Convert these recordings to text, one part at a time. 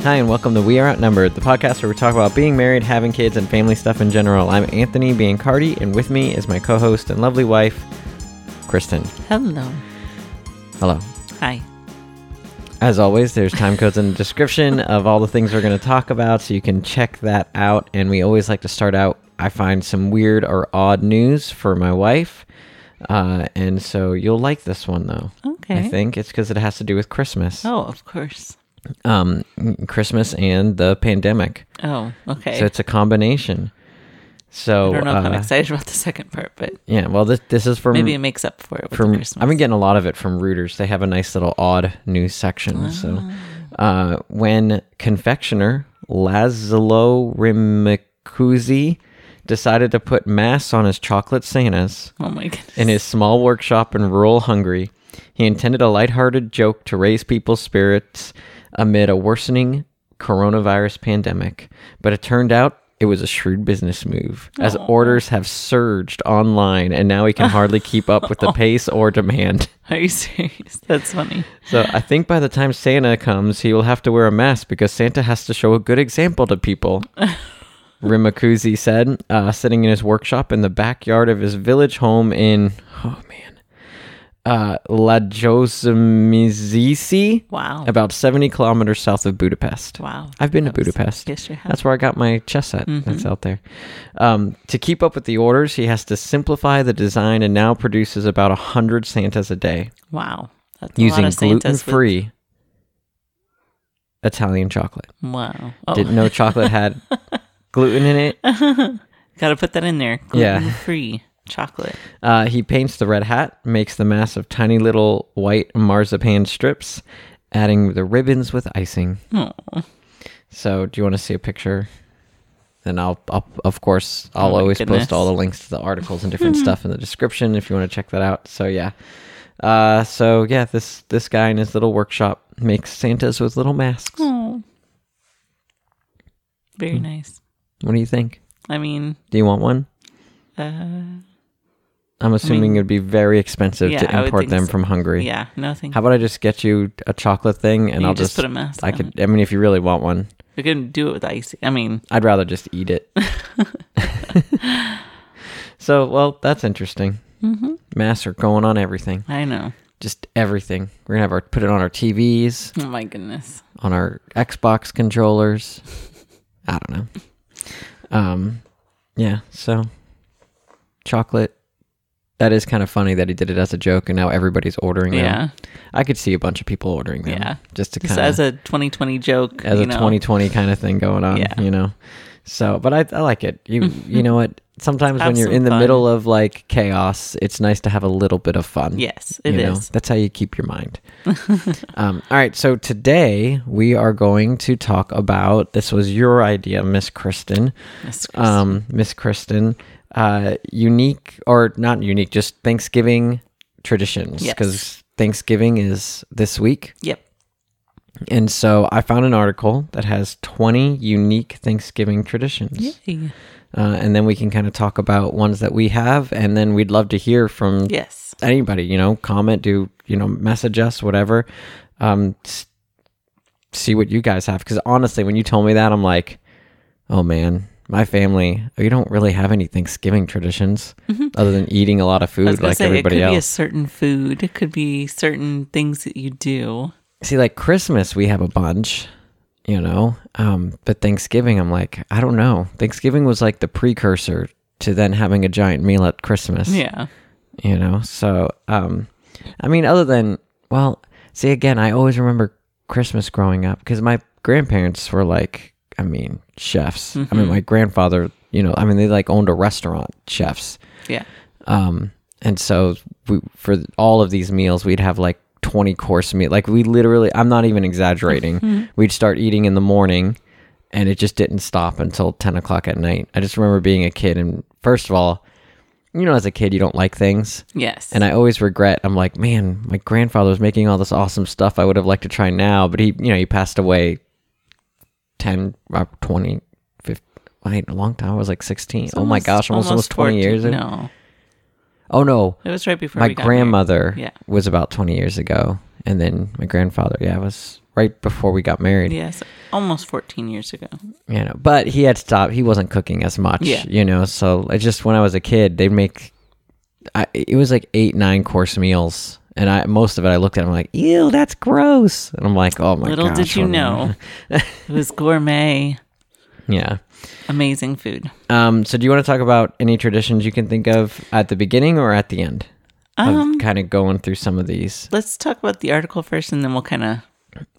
Hi, and welcome to We Are Outnumbered, the podcast where we talk about being married, having kids, and family stuff in general. I'm Anthony Biancardi, and with me is my co host and lovely wife, Kristen. Hello. Hello. Hi. As always, there's time codes in the description of all the things we're going to talk about, so you can check that out. And we always like to start out, I find some weird or odd news for my wife. Uh, and so you'll like this one, though. I Okay. think it's because it has to do with Christmas. Oh, of course. Um, Christmas and the pandemic. Oh, okay. So it's a combination. So I don't know if I'm uh, excited about the second part, but yeah, well this this is from maybe it makes up for it with from Christmas. I've been getting a lot of it from Reuters. They have a nice little odd news section. Ah. So uh, when confectioner Laszlo Rimacuzzi decided to put masks on his chocolate Santas oh my goodness. in his small workshop in rural Hungary, he intended a lighthearted joke to raise people's spirits amid a worsening coronavirus pandemic. But it turned out it was a shrewd business move, as orders have surged online, and now he can hardly keep up with the pace or demand. Are you serious? That's funny. So I think by the time Santa comes, he will have to wear a mask because Santa has to show a good example to people. Rimakuzi said, uh, sitting in his workshop in the backyard of his village home in, oh man, uh, Lajosimizisi, Wow. about 70 kilometers south of Budapest. wow. I've been to Budapest. Yes, you have. That's where I got my chess set. That's out there. Um, to keep up with the orders, he has to simplify the design and now produces about 100 Santas a day Wow. That's a lot using of Santas gluten free Italian chocolate. With, wow. Oh, Didn't know chocolate had gluten in it. gotta put that in there. Yeah. Gluten free chocolate. Uh, he paints the red hat, makes the mass of tiny little white marzipan strips, adding the ribbons with icing. Oh, So, do you want to see a picture? Then I'll, I'll of course, I'll Oh my always post goodness. all the links to the articles and different stuff in the description if you want to check that out. So yeah, uh, so yeah, this this guy in his little workshop makes Santas with little masks. oh. very Mm. nice. What do you think? I mean, Do you want one? uh, I'm assuming it'd be very expensive Yeah, I to would import think them so. from Hungary. yeah, no thank How you. about I just get you a chocolate thing and You I'll just just, put a mask I on could. I mean, if you really want one, We can do it with icing. I mean, I'd rather just eat it. so, well, that's interesting. Mm-hmm. mhm. Masks are going on everything, I know. just everything. We're gonna have our put it on our TVs, Oh my goodness. on our Xbox controllers. I don't know. Um, yeah. So, chocolate. That is kind of funny that he did it as a joke, and now everybody's ordering them. Yeah. I could see a bunch of people ordering them. Yeah. Just to Just kind of as a 2020 joke. as you a know. 2020 kind of thing going on, Yeah. you know. So, but I, I like it. You you know what? Sometimes when Have you're some in the fun. middle of like chaos, it's nice to have a little bit of fun. Yes, you it is. know? That's how you keep your mind. um, all right. So today we are going to talk about this was your idea, Miss Kristen. That's gross. Um, Miss Kristen, uh, unique or not unique, just Thanksgiving traditions Yes. because Thanksgiving is this week. yep. And so I found an article that has 20 unique Thanksgiving traditions. Yay. Uh, and then we can kind of talk about ones that we have. And then we'd love to hear from Yes. anybody, you know, comment, do, you know, message us, whatever. Um, s- see what you guys have. Because honestly, when you told me that, I'm like, oh man, my family, we don't really have any Thanksgiving traditions other than eating a lot of Mm-hmm. I was food gonna like say it could everybody be a else. certain food. It could be certain things that you do. see like christmas we have a bunch you know um but thanksgiving i'm like i don't know thanksgiving was like the precursor to then having a giant meal at christmas Yeah. you know so um i mean other than well see again i always remember christmas growing up because my grandparents were like i mean chefs i mean my grandfather you know i mean they like owned a restaurant chefs Yeah. um, and so we, for all of these meals, we'd have like 20 course meal. Like we literally, I'm not even exaggerating. we'd start eating in the morning and it just didn't stop until 10 o'clock at night. I just remember being a kid. And first of all, you know, as a kid, you don't like things. Yes. And I always regret, I'm like, man, my grandfather was making all this awesome stuff I would have liked to try now, but he, you know, he passed away 10, uh, 20, 15, wait, a long time. I was like 16. oh my gosh, almost, almost 20 years. ago. No. Oh no, It was right before my we got grandmother married. Yeah. was about 20 years ago and then my grandfather yeah was right before we got married. Yes, almost 14 years ago. You know, but he had stopped. He wasn't cooking as much. Yeah. You know, so I just when I was a kid, they'd make. I, it was like eight, nine course meals, and I most of it I looked at. I'm like, ew, that's gross. And I'm like, oh my. Little did gosh, you what am I-" know, it was gourmet, Yeah. amazing food. Um. So, do you want to talk about any traditions you can think of at the beginning or at the end? Um, kind of going through some of these. let's talk about the article first, and then we'll kind of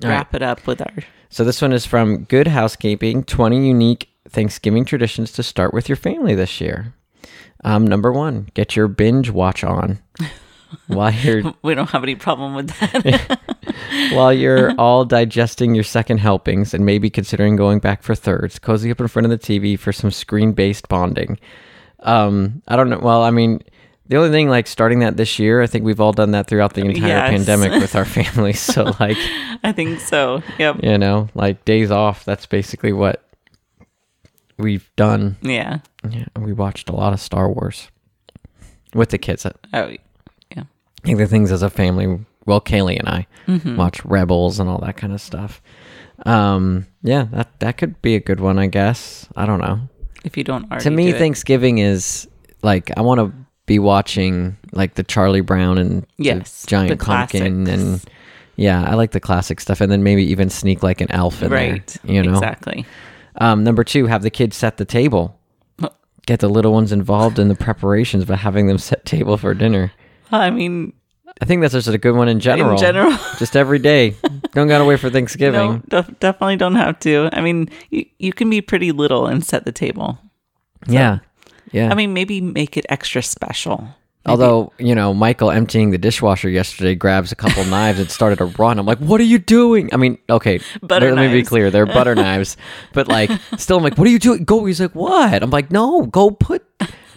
wrap it up with our So this one is from Good Housekeeping: Twenty Unique Thanksgiving Traditions to Start with Your Family This Year. Um, number one, get your binge watch on while you're we don't have any problem with that. while you're all digesting your second helpings and maybe considering going back for thirds. Cozy up in front of the TV for some screen-based bonding. Um, I don't know. Well, I mean. The only thing, like starting that this year, I think we've all done that throughout the entire Yes. pandemic with our families. So, like, I think so. Yep. you know, like days off. That's basically what we've done. Yeah. Yeah, we watched a lot of Star Wars with the kids. I Oh, yeah. think the things as a family. Well, Kaylee and I Mm-hmm. watch Rebels and all that kind of stuff. Um, yeah, that that could be a good one, I guess. I don't know. If you don't already To me, do it. Thanksgiving is like I want to be watching like the Charlie Brown and the Yes, the Giant Pumpkin and yeah, I like the classic stuff, and then maybe even sneak like an elf in right. there. You know, exactly. um, number two, have the kids set the table. Get the little ones involved in the preparations by having them set table for dinner. I mean, I think that's just a good one in general. general. just every day. Don't gotta wait for Thanksgiving. no, def- definitely don't have to. I mean, you, you can be pretty little and set the table. yeah, yeah. I mean, maybe make it extra special. Although you know, Michael emptying the dishwasher yesterday grabs a couple knives and started to run. I'm like, "What are you doing?" I mean, okay, Butter let, let me be knives. clear, they're butter knives, but like, still, I'm like, "What are you doing?" Go. He's like, "What?" I'm like, "No, go put."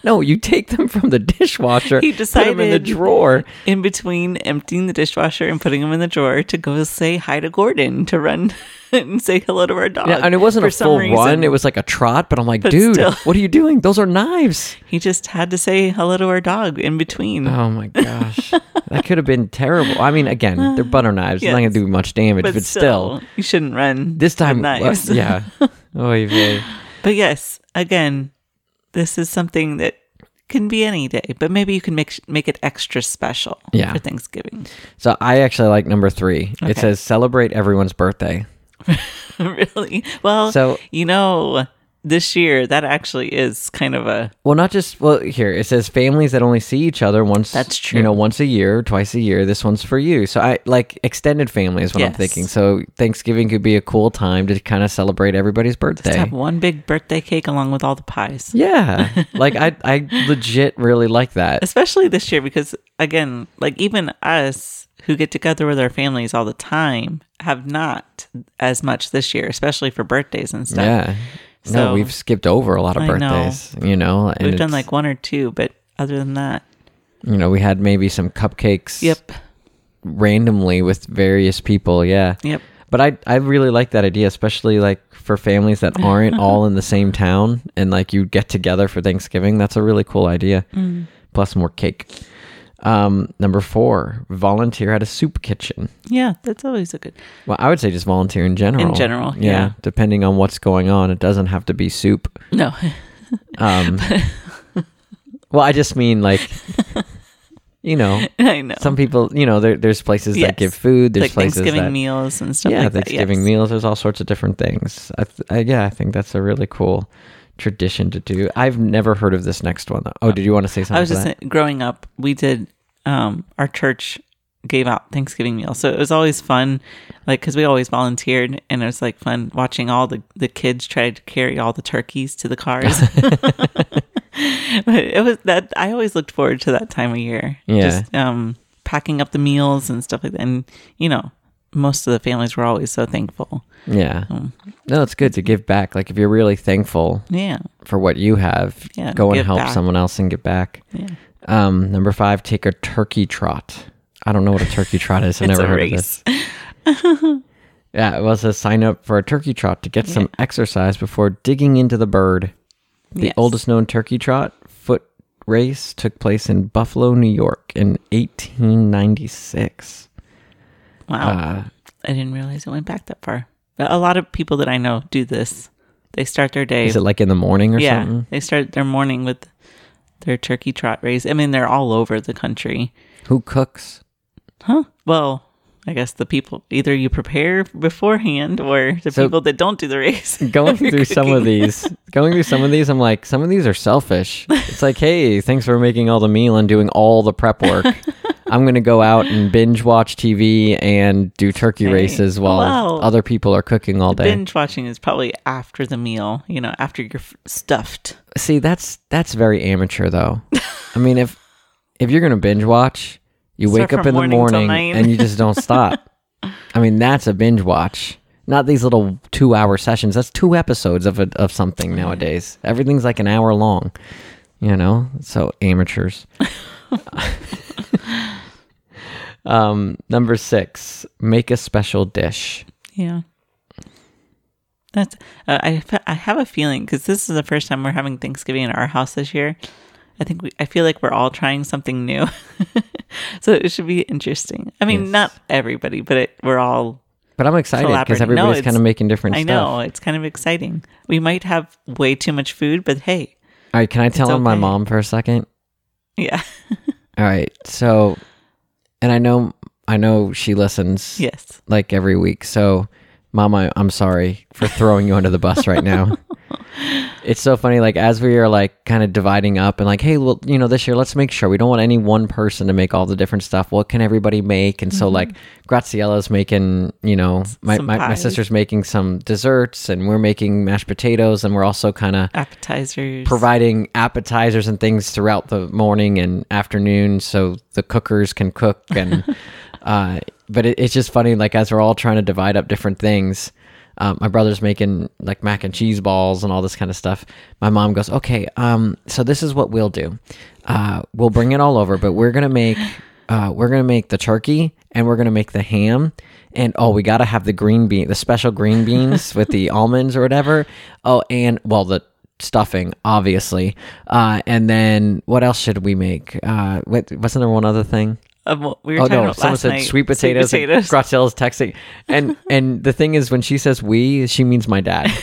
No, you take them from the dishwasher. He put them in the decided- drawer. In between emptying the dishwasher and putting them in the drawer to go say hi to Gordon to run and say hello to our dog. Yeah, and it wasn't For a some full reason, run. It was like a trot, but I'm like, dude, still. what are you doing? Those are knives. He just had to say hello to our dog in between. Oh my gosh. that could have been terrible. I mean, again, they're butter knives. They're not going Uh, Yes. to do much damage, but, still, you shouldn't run This with time, knives. uh, yeah. Oy vey. But yes, again, this is something that can be any day, but maybe you can make make it extra special Yeah. for Thanksgiving. So I actually like number three. It Okay. says celebrate everyone's birthday. really? Well, So- you know, this year that actually is kind of a Well, not just well here. It says families that only see each other once. That's You know, once a year, twice a year. This one's for you. So I like extended family is what I'm Yes. thinking. So Thanksgiving could be a cool time to kind of celebrate everybody's birthday. to have one big birthday cake along with all the pies. Yeah. like I I legit really like that. Especially this year because again, like even us who get together with our families all the time have not as much this year, especially for birthdays and stuff. Yeah. no, So- we've skipped over a lot of I know. birthdays, you know. And We've done it's- like one or two, but other than that, you know, we had maybe some cupcakes yep, randomly with various people, yeah. yep. But I I really like that idea, especially like for families that aren't all in the same town and like you get together for Thanksgiving. That's a really cool idea. Mm. Plus more cake. Um, number four, volunteer at a soup kitchen. Yeah, that's always a good. Well, I would say just volunteer in general. general, yeah. Depending on what's going on, it doesn't have to be soup. No, Um, well, I just mean like, you know, I know. some people, you know, there, there's places Yes. that give food. There's like places Thanksgiving that meals and stuff yeah, like that. Thanksgiving yes. meals. There's all sorts of different things. I, th- I, yeah, I think that's a really cool tradition to do. I've never heard of this next one though. Oh, did you want to say something? I was to just that? saying, growing up, we did um, our church gave out Thanksgiving meals, so it was always fun. Like because we always volunteered, and it was like fun watching all the the kids try to carry all the turkeys to the cars. but it was that I always looked forward to that time of year. Yeah. Just um, packing up the meals and stuff like that, and you know. Most of the families were always so thankful. yeah. Oh. No, it's good to give back. Like if you're really thankful Yeah. for what you have, Yeah, go and give help back. someone else and get back. Yeah. Um, number five, take a turkey trot. I don't know what a turkey trot is. I've It's never a heard of race. this. Yeah, it was a sign up for a turkey trot to get some exercise before digging into the bird. The Yes. oldest known turkey trot foot race took place in Buffalo, New York in 1896. Wow. Uh, I didn't realize it went back that far. But a lot of people that I know do this. They start their day. is it like in the morning or yeah, something? they start their morning with their turkey trot race. I mean, they're all over the country. Who cooks? Huh? Well, I guess the people either you prepare beforehand or the So- people that don't do the race. Going You're through some of cooking. these, going through some of these, I'm like, some of these are selfish. It's like, hey, thanks for making all the meal and doing all the prep work. I'm gonna go out and binge watch TV and do turkey Hey, races while well, other people are cooking all day. Binge watching is probably after the meal, you know, after you're f- stuffed. See, that's that's very amateur though. I mean, if if you're gonna binge watch, you Start wake up from in the morning till morning nine. and you just don't stop. I mean, that's a binge watch. Not these little two hour sessions. That's two episodes of a, of something nowadays. Everything's like an hour long. You know, so amateurs. um, number six, make a special dish. Yeah. That's uh, I fe- I have a feeling cuz this is the first time we're having Thanksgiving in our house this year. I think we I feel like we're all trying something new. so it should be interesting. I mean, Yes. not everybody, but it, we're all But I'm excited Collaborative. because No, everybody's it's- kind of making different I stuff. know, it's kind of exciting. We might have way too much food, but hey. All right, can I tell on my okay. mom for a second? Yeah. All right. So, and I know, I know she listens yes. like every week. So, Mama, I'm sorry for throwing you under the bus right now. It's so funny. Like, as we are like kind of dividing up and like, hey, well, you know, this year, let's make sure we don't want any one person to make all the different stuff. What can everybody make? And so, like, Graziella's making, you know, my, Mm-hmm. some my, my pies. sister's making some desserts and we're making mashed potatoes and we're also kind of Appetizers. providing appetizers and things throughout the morning and afternoon so the cookers can cook and uh, but it, it's just funny like as we're all trying to divide up different things um, my brother's making like mac and cheese balls and all this kind of stuff my mom goes okay um, so this is what we'll do uh, we'll bring it all over but we're gonna make uh, we're gonna make the turkey and we're gonna make the ham and oh we gotta have the green bean the special green beans with the almonds or whatever oh and well the stuffing, obviously. Uh, and then what else should we make? Uh, wait, wasn't there one other thing? Um, well, we Oh were talking no, about someone last said night, sweet potatoes. Sweet And potatoes. Graziella's texting, and and the thing is, when she says we, she means my dad.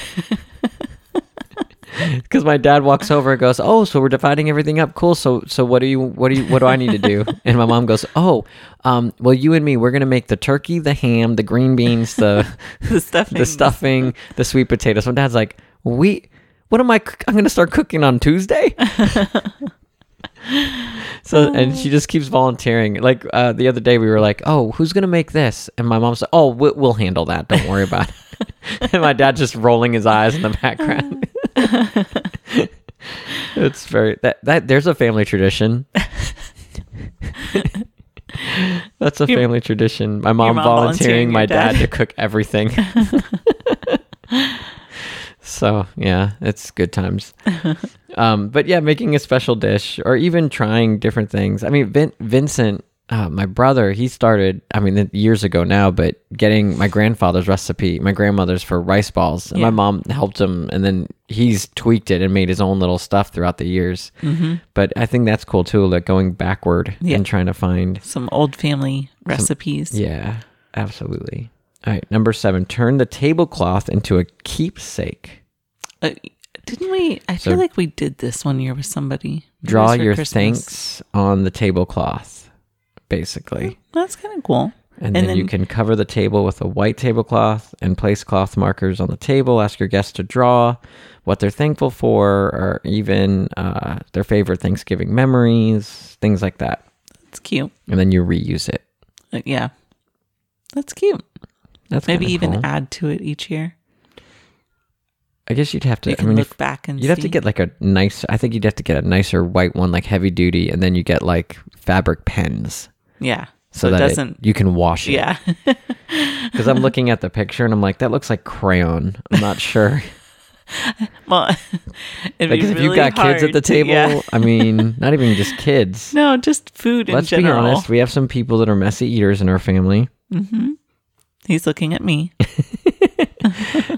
Because my dad walks over and goes, "Oh, so we're dividing everything up. Cool. So, so what do you, what do you, what do I need to do?" And my mom goes, "Oh, um, well, you and me, we're gonna make the turkey, the ham, the green beans, the the stuffing. the stuffing, the sweet potatoes. My dad's like, we. What am I? cook- I'm gonna start cooking on Tuesday. so and she just keeps volunteering. Like uh, the other day, we were like, "Oh, who's gonna make this?" And my mom said, "Oh, we- we'll handle that. Don't worry about it." and my dad just rolling his eyes in the background. it's very that that there's a family tradition. That's a Your- family tradition. My mom, mom volunteering volunteering my your dad. dad to cook everything. So yeah, it's good times. um, but yeah, making a special dish or even trying different things. I mean, Vin- Vincent, uh, my brother, he started. I mean, years ago now, but getting my grandfather's recipe, my grandmother's for rice balls, and my Yeah. mom helped him, and then he's tweaked it and made his own little stuff throughout the years. But I think that's cool too, like going backward Mm-hmm. Yeah. and trying to find. Some old family recipes. Yeah, absolutely. All right, number seven. Turn the tablecloth into a keepsake. Uh, didn't we? I So- feel like we did this one year with somebody. It draw was for your Christmas. thanks on the tablecloth, basically. That's kind of cool. And, And then, you then- can cover the table with a white tablecloth and place cloth markers on the table. Ask your guests to draw what they're thankful for or even uh, their favorite Thanksgiving memories, things like that. It's cute. And then you reuse it. Uh, yeah, that's cute. That's Maybe kinda even cool. add to it each year. I guess you'd have to. You I can mean, look if- back and you'd have to see. get like a nice. I think you'd have to get a nicer white one, like heavy duty, and then you get like fabric pens, yeah. so, it that it- doesn't. you can wash it. yeah. Because I'm looking at the picture and I'm like, that looks like crayon. I'm not sure. well, it'd Like, be if really you've got kids at hard. the table, Yeah. I mean, not even just kids. No, just food in Let's general. be honest. We have some people that are messy eaters in our family. He's looking at me.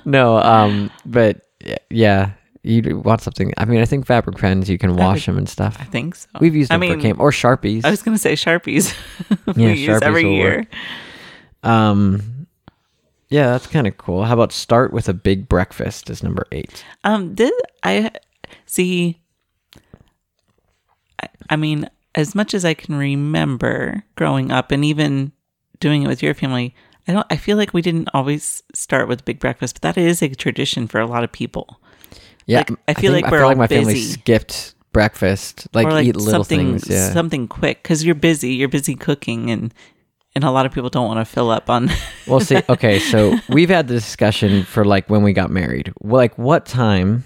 No, um, but y- yeah, you want something. I mean, I think fabric pens, you can wash them and I stuff. think so. We've used I them mean, for camp or Sharpies. I was going to say Sharpies. Yeah, we use Sharpies every will year. work. Um, yeah, that's kind of cool. How about start with a big breakfast is number eight. Um, did I see? I, I mean, as much as I can remember growing up, and even doing it with your family, I don't. I feel like we didn't always start with big breakfast, but that is a tradition for a lot of people. Yeah, Like, I feel like we're all my family busy. skipped breakfast, like, or like eat little something things. Yeah, something quick because you're busy. You're busy cooking, and and a lot of people don't want to fill up on. Well, see, okay, so we've had the discussion for like when we got married. Well, Like, what time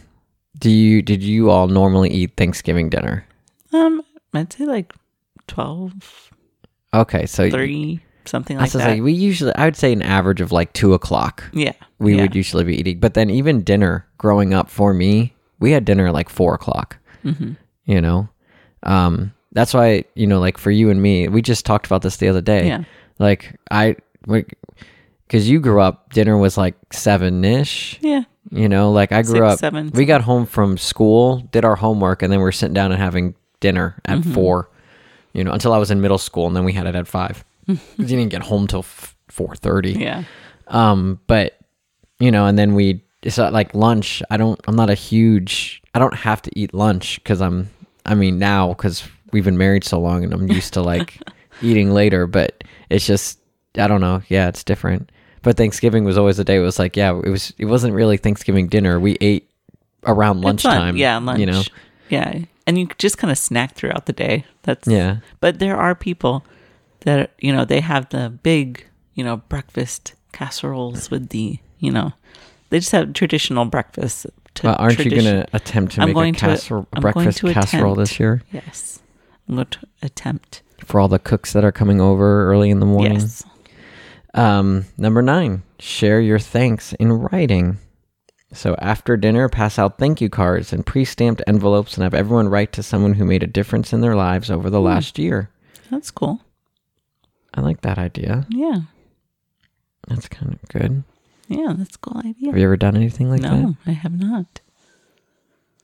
do you did you all normally eat Thanksgiving dinner? um, I'd say like 12, Okay, so 3, something I like was that. like, we usually, I would say an average of like two o'clock. yeah, We yeah. would usually be eating, but then even dinner growing up for me, we had dinner at like four o'clock. Mm-hmm. You know, um, that's why you know, like for you and me, we just talked about this the other day. Yeah. Like I, because you grew up, dinner was like seven ish. yeah. You know, like I grew Six, up. seven, we got home from school, did our homework, and then we were sitting down and having dinner at Mm-hmm. four. You know, until I was in middle school, and then we had it at five. you didn't get home till four thirty. Yeah. Um, but you know, and then we it's not like lunch. I don't. I'm not a huge. I don't have to eat lunch because I'm. I mean now because we've been married so long and I'm used to like eating later. But it's just I don't know. Yeah, it's different. But Thanksgiving was always the day. It was like yeah, it was. It wasn't really Thanksgiving dinner. We ate around It's fun. lunchtime. Yeah, lunch. You know. Yeah. And you just kind of snack throughout the day. That's Yeah. But there are people that you know they have the big you know breakfast casseroles with the you know they just have traditional breakfast. To Well, aren't you tradition- going to attempt to I'm make going a to- casserole, a I'm going breakfast to casserole attempt. this year Yes, I'm going to attempt. for all the cooks that are coming over early in the morning? Yes. Um, number nine, share your thanks in writing. So after dinner, pass out thank you cards and pre stamped envelopes and have everyone write to someone who made a difference in their lives over Hmm. the last year. That's cool. I like that idea. Yeah. That's kind of good. Yeah, that's a cool idea. Have you ever done anything like that? No, I have not.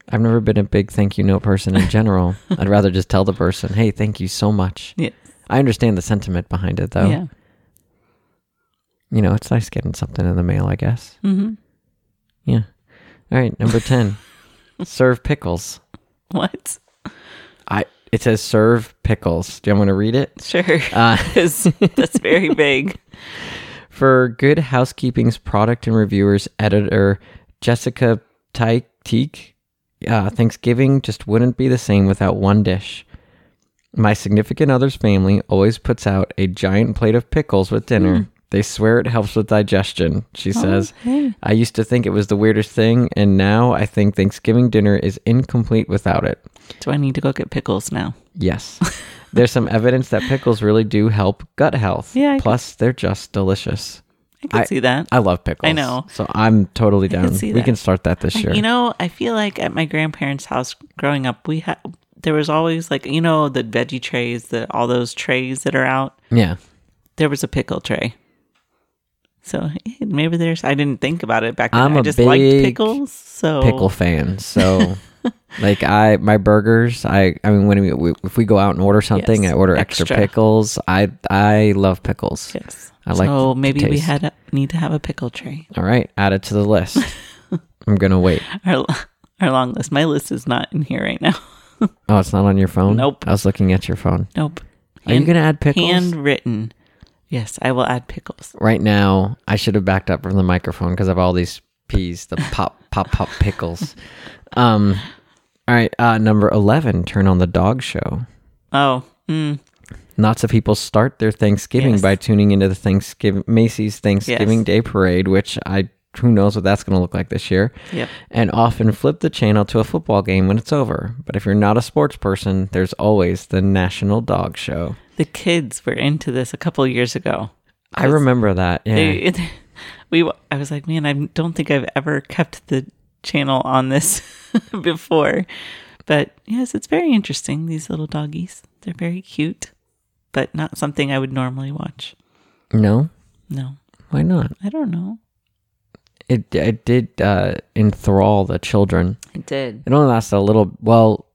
I've never been a big thank you note person in general. I'd rather just tell the person, hey, thank you so much. Yes. I understand the sentiment behind it though. Yeah. You know, it's nice getting something in the mail, I guess. hmm Yeah. All right, number 10, serve pickles. What? I it says serve pickles. Do you want me to read it? Sure. Uh, 'Cause that's very big. for Good Housekeeping's product and reviewers editor Jessica Ty- Teak, uh, Thanksgiving just wouldn't be the same without one dish. My significant other's family always puts out a giant plate of pickles with dinner. They swear it helps with digestion, she says. hey. I used to think it was the weirdest thing, and now I think Thanksgiving dinner is incomplete without it. Do I need to go get pickles now? Yes. There's some evidence that pickles really do help gut health. Yeah, I Plus, they're just delicious. I can I- see that. I love pickles. I know. So I'm totally can down. see We that. can start that this year. You know, I feel like at my grandparents' house growing up, we had there was always like you know the veggie trays, the all those trays that are out. yeah. There was a pickle tray. So eh, maybe there's. I didn't think about it back then. I'm I a just liked big pickles. So Pickle fan. So like I my burgers, I I mean when we, we if we go out and order something, Yes, I order extra, extra. pickles. I I love pickles. Yes. I like so the maybe we taste. had a, need to have a pickle tray. All right, add it to the list. I'm going to wait. Our our long list. My list is not in here right now. Oh, it's not on your phone? Nope. I was looking at your phone. Nope. Are you going to add pickles? handwritten? Yes, I will add pickles. right now I should have backed up from the microphone because I have all these peas, the pop, pop, pop pickles. Um, all right, uh, number eleven. Turn on the dog show. Oh, mm, Lots of people start their Thanksgiving Yes. by tuning into the Thanksgiving Macy's Thanksgiving Yes. Day Parade, which I who knows what that's going to look like this year. Yep. And often flip the channel to a football game when it's over. But if you're not a sports person, there's always the National Dog Show. the kids were into this a couple years ago. I remember that. Yeah. They, we, I was like, man, I don't think I've ever kept the channel on this before, but yes, it's very interesting. These little doggies, they're very cute, but not something I would normally watch. no, No, why not? I don't know. It it did uh, enthrall the children. It did. It only lasted a little. Well,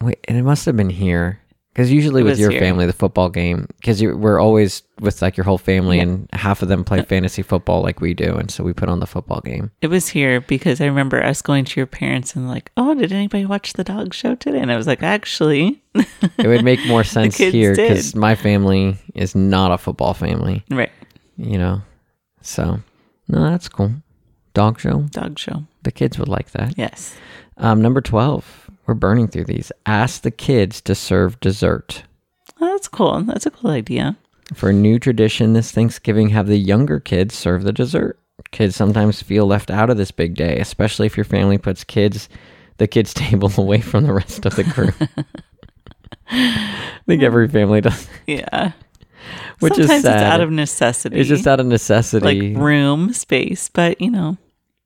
wait, and it must have been here Because usually with was your here. family, the football game, because we're always with like your whole family, and half of them play fantasy football like we do, and so we put on the football game. It was here because I remember us going to your parents and like, oh, did anybody watch the dog show today? And I was like, actually, It would make more sense kids here because did. my family is not a football family, right, you know. So, no, that's cool. Dog show. dog show. The kids would like that. Yes. Um, number twelve. We're burning through these. Ask the kids to serve dessert. Oh, that's cool. That's a cool idea. For a new tradition this Thanksgiving, have the younger kids serve the dessert. Kids sometimes feel left out of this big day, especially if your family puts kids the kids table away from the rest of the group. I think every family does, Yeah. which Sometimes is sad. it's out of necessity. It's just out of like necessity. Like, room space, but you know,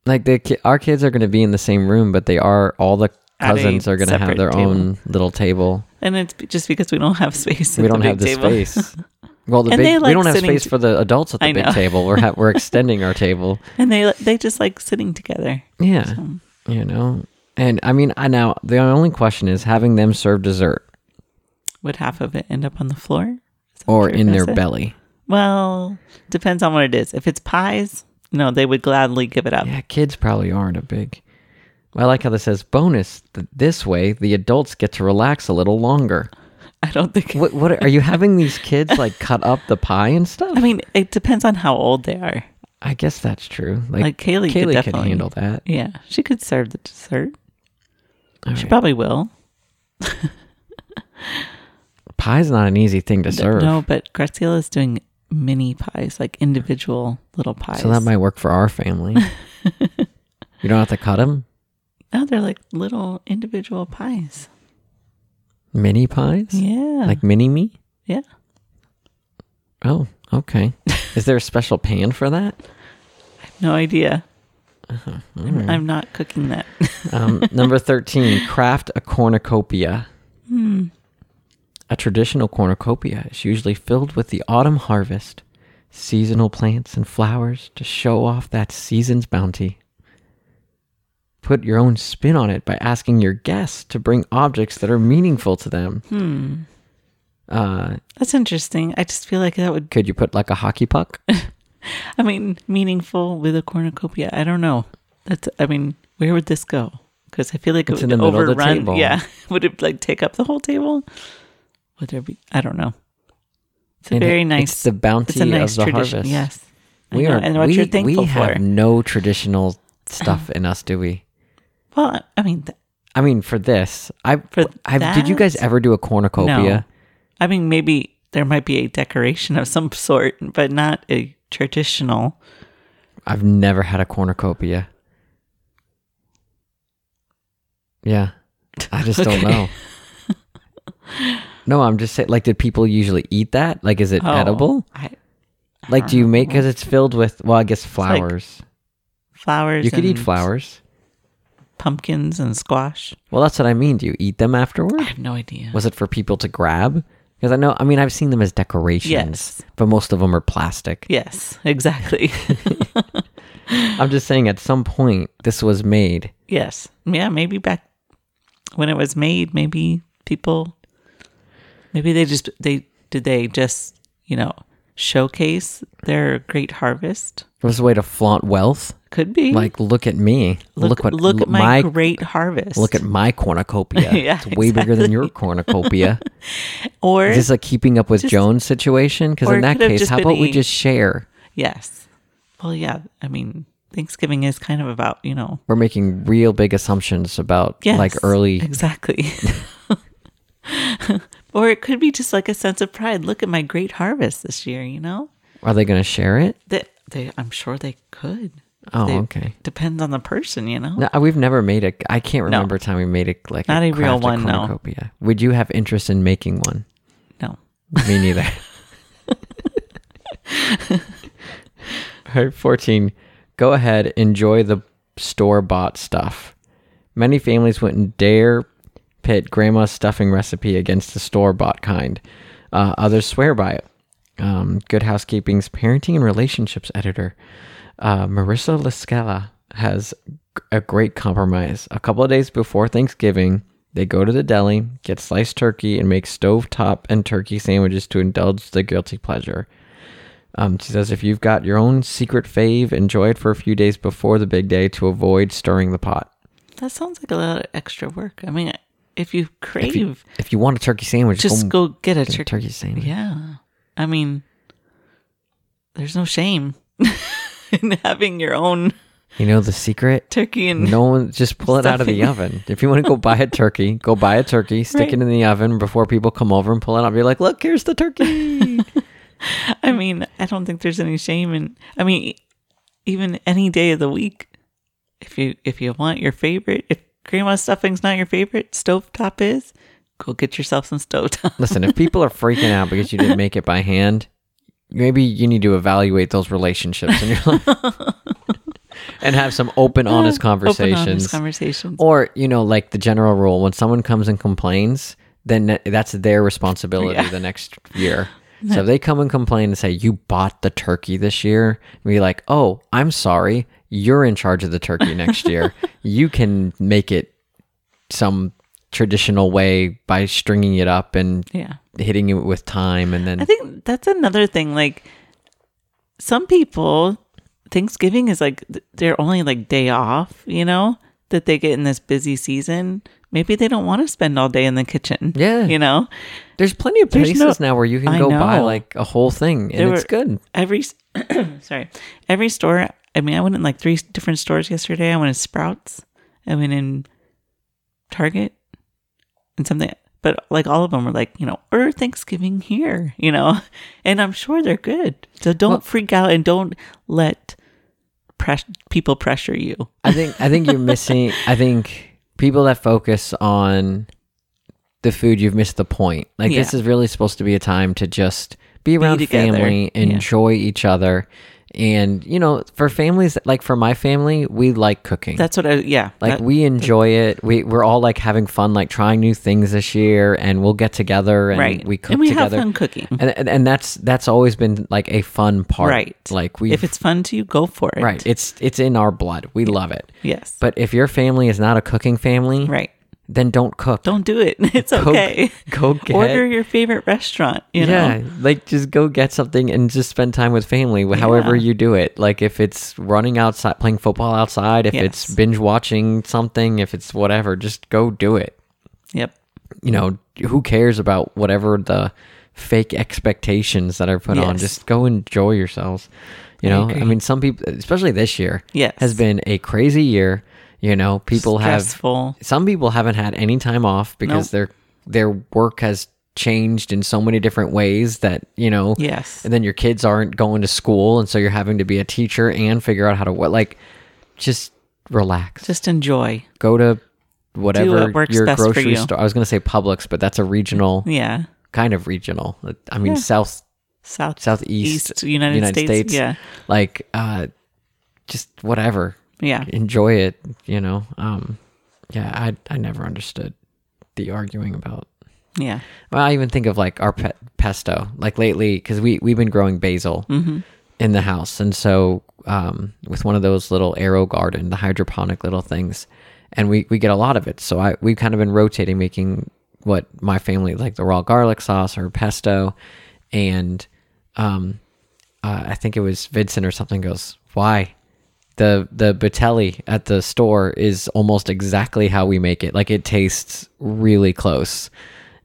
the ki- our kids are going to be in the same room, but they are all the At a cousins are going to have separate their table. own little table. and it's b- just because we don't have space. we at don't the have the big table. space. Well, the And they big, we like don't have sitting space t- for the adults at the I big know. table. We're ha- we're extending our table. and they they just like sitting together. Yeah. You know? And I mean, I now, the only question is having them serve dessert Would half of it end up on the floor? Is that what or you're in gonna their say? belly. Well, depends on what it is. If it's pies, no, they would gladly give it up. Yeah, kids probably aren't a big. I like how this says bonus. Th- this way, the adults get to relax a little longer. I don't think. What, what are you having these kids like cut up the pie and I stuff? mean, it depends on how old they are. I guess that's true. Like, Like, Kaylee Kaylee could can definitely- handle that. Yeah, she could serve the dessert. All She right. probably will. Pie's not an easy thing to serve, No, but Graciela is doing mini pies, like individual little pies. so that might work for our family. you don't have to cut them. no, Oh, they're like little individual pies. Mini pies, Yeah. like mini me. yeah. Oh, okay. Is there a special pan for that? No idea. Uh-huh, I'm, I'm not cooking that. Um, number 13, craft a cornucopia. Hmm. A traditional cornucopia is usually filled with the autumn harvest, seasonal plants and flowers to show off that season's bounty. Put your own spin on it by asking your guests to bring objects that are meaningful to them. Hmm. Uh, That's interesting. I just feel like that would, could you put like a hockey puck? I mean, meaningful with a cornucopia. I don't know. That's, I mean, where would this go? Because I feel like it It's in would the middle of the overrun. table. Yeah. Would it like take up the whole table? Would there be, I don't know. It's a And very it's nice, the bounty it's a nice of the tradition. harvest. Yes. I We know. are and what we, you're thankful we have for. no traditional stuff in us, do we? Well, I mean, th- I mean, for this, I For I did you guys that? ever do a cornucopia? I mean, maybe there might be a decoration of some sort, but not a traditional. I've never had a cornucopia. Yeah, I just don't Okay. know. No, I'm just saying. Like, did people usually eat that? Like, is it Oh, edible? I, I Like, don't do you know. make because it's filled with? Well, I guess flowers. flowers? you could eat and flowers. pumpkins, and squash. Well, that's what I mean. Do you eat them afterward? I have no idea. Was it for people to grab? Because I know, I mean, I've seen them as decorations, Yes. but most of them are plastic. Yes, exactly. I'm just saying, at some point, this was made. yes, yeah. Maybe back when it was made, maybe people, maybe they just they did they just you know showcase their great harvest. It was a way to flaunt wealth. Could be Like, look at me. Look, what look at my, great harvest. look at my cornucopia. Yeah, it's way bigger than your cornucopia. or Is this a keeping up with Jones situation? Because or in it that could have case, just how been about we a- just share? Yes. Well, yeah. I mean, Thanksgiving is kind of about, you know, We're making real big assumptions about yes, like early. Exactly. or it could be just like a sense of pride. Look at my great harvest this year, you know? Are they going to share it? That they I'm sure they could. Oh, They- okay. Depends on the person, you know? No, uh, we've never made a. I can't remember a time we made it like Not a real crafted one, no. cornucopia. Would you have interest in making one? No. Me neither. All right, 14. Go ahead, enjoy the store bought stuff. Many families wouldn't dare pit grandma's stuffing recipe against the store bought kind. Uh, others swear by it. Um, Good Housekeeping's parenting and relationships editor, uh, Marissa Lascala, has g- a great compromise. A couple of days before Thanksgiving, They go to the deli, get sliced turkey, and make stove top and turkey sandwiches to indulge the guilty pleasure. Um, she says, if you've got your own secret fave, enjoy it for a few days before the big day to avoid stirring the pot. That sounds like a lot of extra work. I mean, if you crave, If you, if you want a turkey sandwich, just go get a get a turkey. turkey sandwich. Yeah. I mean, there's no shame in having your own You know the secret? turkey and No one just pull it out of the oven. If you want to go buy a turkey, go buy a turkey, stick it Right. in the oven before people come over and pull it out. Be like, look, here's the turkey. I mean, I don't think there's any shame in. I mean, e- even any day of the week, if you if you want your favorite, if grandma stuffing's not your favorite, stovetop is. Go get yourself some stovetop. Listen, if people are freaking out because you didn't make it by hand, maybe you need to evaluate those relationships in your life and have some open, honest Open conversations. honest conversations. or you know, like the general rule, when someone comes and complains, then tha- that's their responsibility Yeah. the next year. So if they come and complain and say you bought the turkey this year, be like, "Oh, I'm sorry. You're in charge of the turkey next year. you can make it some traditional way by stringing it up and Yeah. hitting it with time and I then think that's another thing. Like, some people, Thanksgiving is like th- their only like day off. You know that they get in this busy season. Maybe they don't want to spend all day in the kitchen. Yeah. You know, there's plenty of There's places no- now where you can I go buy know. like a whole thing and There it's were- good. every sorry every store i mean i went in like three different stores yesterday i went in sprouts i went in target and something but like all of them were like you know or thanksgiving here you know and i'm sure they're good so don't Well- freak out and don't let press- people pressure you I think I think you're missing. I think people that focus on the food, you've missed the point. Like this Yeah. is really supposed to be a time to just be around together. family, Yeah. enjoy each other, and you know, for families like for my family, we like cooking. that's what i yeah like that- we enjoy it. We we're all like having fun, like trying new things this year, and we'll get together and right we cook and we together. have fun cooking And, and and that's that's always been like a fun part. Right. Like we if it's fun to you go for it right. It's it's in our blood. We love it. yes But if your family is not a cooking family, right then don't cook. don't do it it's Go- okay Go get order your favorite restaurant you know yeah, like just go get something and just spend time with family. wh- However Yeah. you do it, like if it's running outside, playing football outside, if it's Yes. binge watching something, if it's whatever, just go do it. Yep. You know, who cares about whatever the fake expectations that are put on? Yes. Just go enjoy yourselves. You know, I agree. mean, some people, especially this year, Yes. has been a crazy year. You know, people have Stressful. some people haven't had any time off because their their work has changed in so many different ways that you know Yes. and then your kids aren't going to school and so you're having to be a teacher and figure out how to what like just relax Just enjoy. go to whatever what works your best for grocery you. Mm-hmm. store i was going to say publix but that's a regional Yeah. kind of regional i mean south South southeast East United, States. Yeah. like uh just whatever Yeah. enjoy it you know um yeah i i never understood the arguing about Yeah. well i even think of like our pe- pesto like lately because we we've been growing basil in the house and so um with one of those little arrow garden the hydroponic little things and we we get a lot of it so i we've kind of been rotating making what my family like the raw garlic sauce or pesto and um uh, I think it was Vincent or something goes, "Why?" The the Batelli at the store is almost exactly how we make it. Like it tastes really close.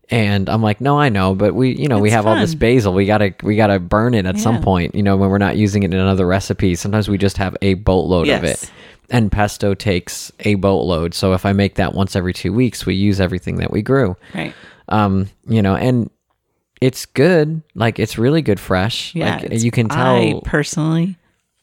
And I'm like, "No, I know, but we, you know, we It's have all this fun. basil. We got to we got to burn it at some Yeah. point, you know, when we're not using it in another recipe. Sometimes we just have a boatload of Yes. it. And pesto takes a boatload. So if I make that once every 2 weeks, we use everything that we grew Right. um you know and it's good like it's really good fresh Yeah. like it's- you can tell I personally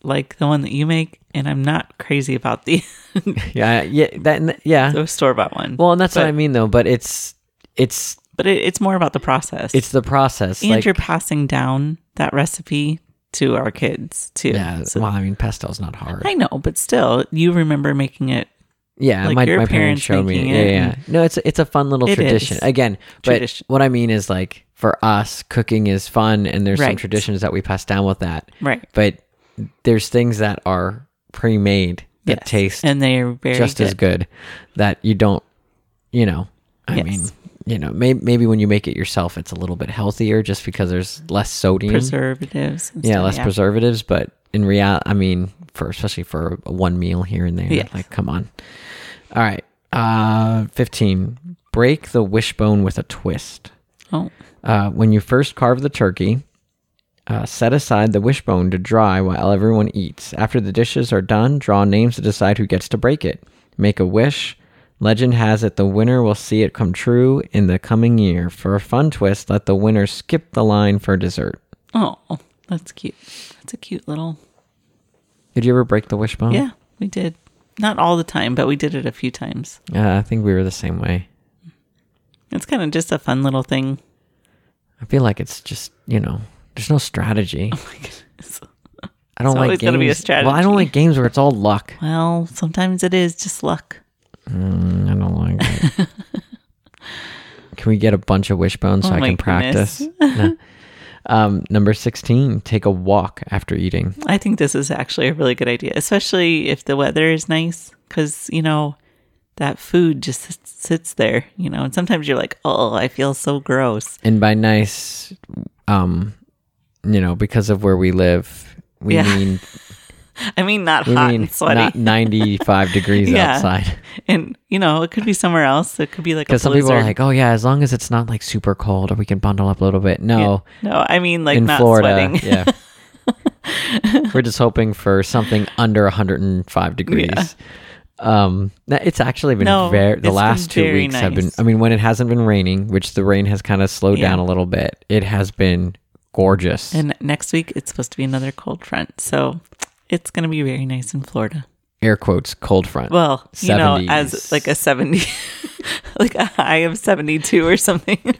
like the one that you make, and I'm not crazy about the, yeah yeah that yeah the store bought one. well and that's what but- i mean though but it's it's but it, it's more about the process. it's the process and like you're passing down that recipe to our kids too. yeah So- well i mean pesto's not hard I know, but still, you remember making it yeah like my, your my parents parents showed me making yeah it yeah and- no it's it's a fun little It tradition is. again but Tradition. what i mean is like for us cooking is fun and there's some Right. traditions that we pass down with that right. but there's things that are pre-made that Yes. taste and they're very just as good that you don't you know I Yes. mean, you know, may, maybe when you make it yourself, it's a little bit healthier just because there's less sodium. preservatives. and yeah, stuff, less preservatives, but in real, I mean, for especially for a one meal here and there, Yes. like come on. All right, uh, fifteen. Break the wishbone with a twist. Oh, Uh, when you first carve the turkey, uh, set aside the wishbone to dry while everyone eats. After the dishes are done, draw names to decide who gets to break it. Make a wish. Legend has it the winner will see it come true in the coming year. For a fun twist, let the winner skip the line for dessert. oh, that's cute. That's a cute little. Did you ever break the wishbone? Yeah, we did. Not all the time, but we did it a few times. Uh, I think we were the same way. It's kind of just a fun little thing. I feel like it's just, you know, there's no strategy. Oh my goodness. I don't It's like always games. gotta be a Well, I don't strategy. like games where it's all luck. Well, sometimes it is just luck. Mm, I don't like it. can we get a bunch of wishbones so Oh I my can practice? No. Um, number 16, take a walk after eating. I think this is actually a really good idea, especially if the weather is nice, because, you know, that food just s- sits there, you know, and sometimes you're like, oh, I feel so gross. And by nice, um, you know, because of where we live, we Yeah. mean I mean, not we hot mean and sweaty. not 95 degrees Yeah. outside. and, you know, it could be somewhere else. It could be like a Because some people are blizzard. like, oh yeah, as long as it's not like super cold, or we can bundle up a little bit. No, no, I mean, like in not Florida, sweating. yeah. We're just hoping for something under 105 degrees. Um, no, it's actually been No, very. The it's last been two very weeks have been. nice. I mean, when it hasn't been raining, which the rain has kind of slowed Yeah. down a little bit, it has been gorgeous. and next week, it's supposed to be another cold front. So it's going to be very nice in Florida. Air quotes, cold front. Well, you know, 70s. as like a 70, like a high of 72 or something.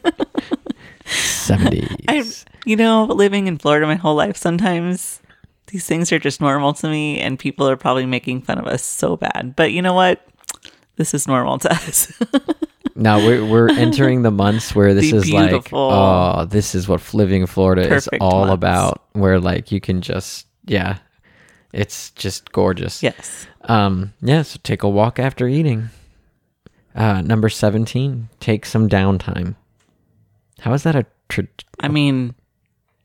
70s. I, you know, living in Florida my whole life, sometimes these things are just normal to me, and people are probably making fun of us so bad. But you know what? This is normal to us. Now we're, we're entering the months where this The is beautiful- like, oh, this is what living in Florida is Perfect all months. about. Where like you can just, yeah, it's just gorgeous. yes. Um, yeah. So take a walk after eating. Uh, number seventeen. Take some downtime. How is that a? Tra- I mean,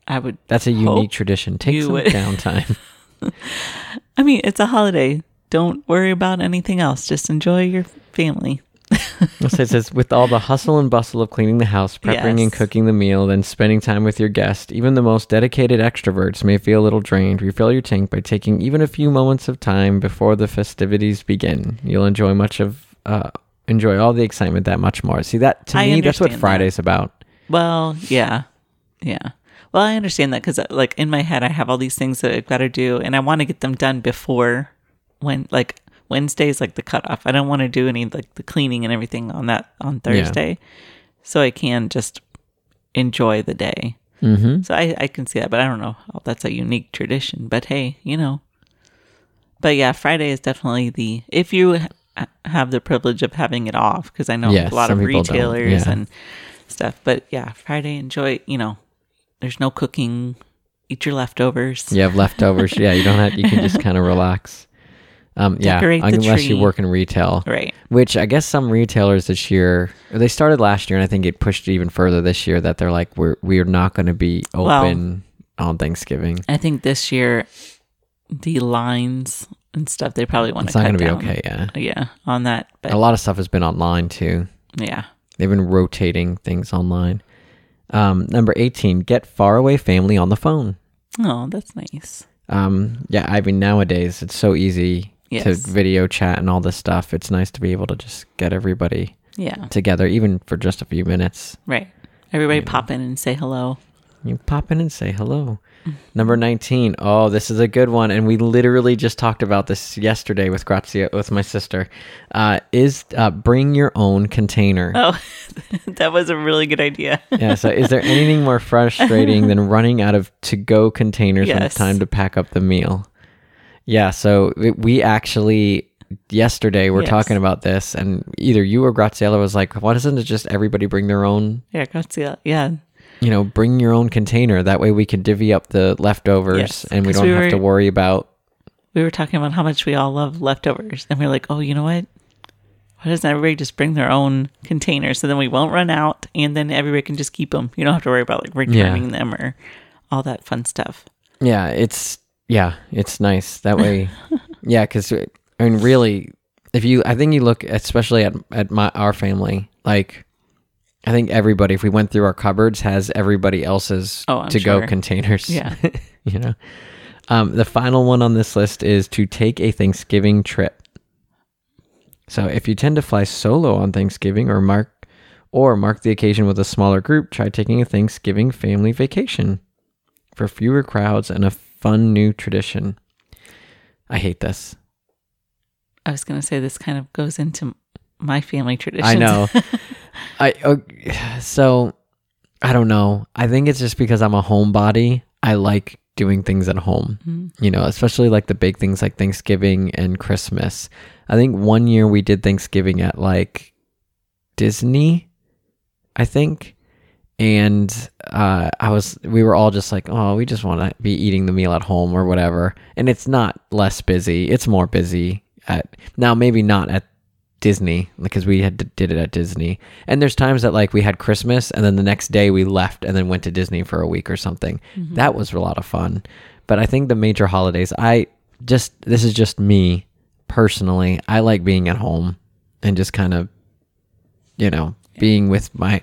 I would, that's a unique Hope tradition. Take you some would- downtime. I mean, it's a holiday. Don't worry about anything else. Just enjoy your family. so it says, with all the hustle and bustle of cleaning the house, prepping and Yes. cooking the meal, then spending time with your guest, even the most dedicated extroverts may feel a little drained. Refill your tank by taking even a few moments of time before the festivities begin. You'll enjoy much of, uh, enjoy all the excitement that much more. See that to I me, that's what understand that. Friday's about. Well, yeah. Yeah. Well, I understand that because, like, in my head, I have all these things that I've got to do, and I want to get them done before when, like, Wednesday is like the cutoff. I don't want to do any like the cleaning and everything on that on Thursday, so I can just enjoy the day. Mm-hmm. So I I can see that, but I don't know how that's a unique tradition. But hey, you know. But yeah, Friday is definitely the if you ha- have the privilege of having it off because I know Yes, a lot some of people don't, retailers yeah. and stuff. But yeah, Friday enjoy. You know, there's no cooking. Eat your leftovers. You have leftovers. yeah, you don't have, you can just kind of relax. Um, yeah, Decorate the unless you tree. work in retail. Right. Which I guess some retailers this year, or they started last year, and I think it pushed even further this year that they're like, we're we're not going to be Well- open on Thanksgiving. I think this year, the lines and stuff they probably want to. It's not going cut to be down. okay. Oh. Yeah, Yeah, on that. But a lot of stuff has been online too. yeah, They've been rotating things online. Um, number eighteen, get faraway family on the phone. oh, that's nice. Um, yeah, I mean nowadays it's so easy to Yes. video chat and all this stuff. It's nice to be able to just get everybody Yeah, together, even for just a few minutes. right. Everybody pop in and say hello. You pop in and say hello. Mm-hmm. Number 19. Oh, this is a good one. And we literally just talked about this yesterday with Grazia, with my sister. Uh, is uh, bring your own container. Oh, that was a really good idea. Yeah. So, is there anything more frustrating than running out of to go containers when it's Yes. time to pack up the meal? Yeah. So, it, we actually. Yesterday, we're Yes. talking about this, and either you or Graziella was like, "Why doesn't it just everybody bring their own Yeah, Grazia. Yeah. you know, bring your own container. That way we can divvy up the leftovers Yes, and we 'cause don't we have were- to worry about. We were talking about how much we all love leftovers. And we are like, oh, you know what? Why doesn't everybody just bring their own container so then we won't run out and then everybody can just keep them? You don't have to worry about like returning them or all that fun stuff. Yeah, it's yeah, it's nice that way. yeah, because I mean, really, if you, I think you look especially at at my our family, like I think everybody, if we went through our cupboards, has everybody else's Oh, I'm to sure. go containers. Yeah. you know. Um, the final one on this list is to take a Thanksgiving trip. So if you tend to fly solo on Thanksgiving or mark or mark the occasion with a smaller group, try taking a Thanksgiving family vacation for fewer crowds and a fun new tradition. I hate this. I was going to say this kind of goes into my family traditions. I know. I o- so I don't know. I think it's just because I'm a homebody. I like doing things at home. Mhm. You know, especially like the big things like Thanksgiving and Christmas. I think one year we did Thanksgiving at like Disney, I think. And uh, I was, we were all just like, oh, we just want to be eating the meal at home or whatever. And it's not less busy; it's more busy at now. Maybe not at Disney because we had did it at Disney. And there's times that like we had Christmas and then the next day we left and then went to Disney for a week or something. That was a lot of fun. But I think the major holidays, I just this is just me personally. I like being at home and just kind of you know, being with my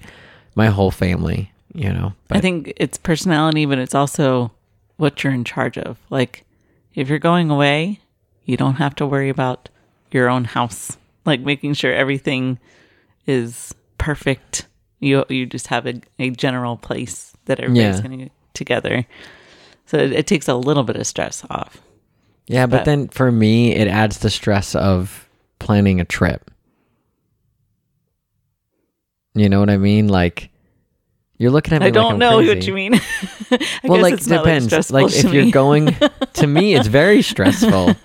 my whole family, you know. But I think it's personality, but it's also what you're in charge of. Like, if you're going away, you don't have to worry about your own house, like making sure everything is perfect. You you just have a, a general place that everybody's Yeah. going to together. So it, it takes a little bit of stress off. yeah, but but- then for me it adds the stress of planning a trip. You know what I mean? Like you're looking at me I don't like I'm know crazy. what you mean. I well, guess like it's not, depends. Like, stressful to if you're me. going to me, it's very stressful.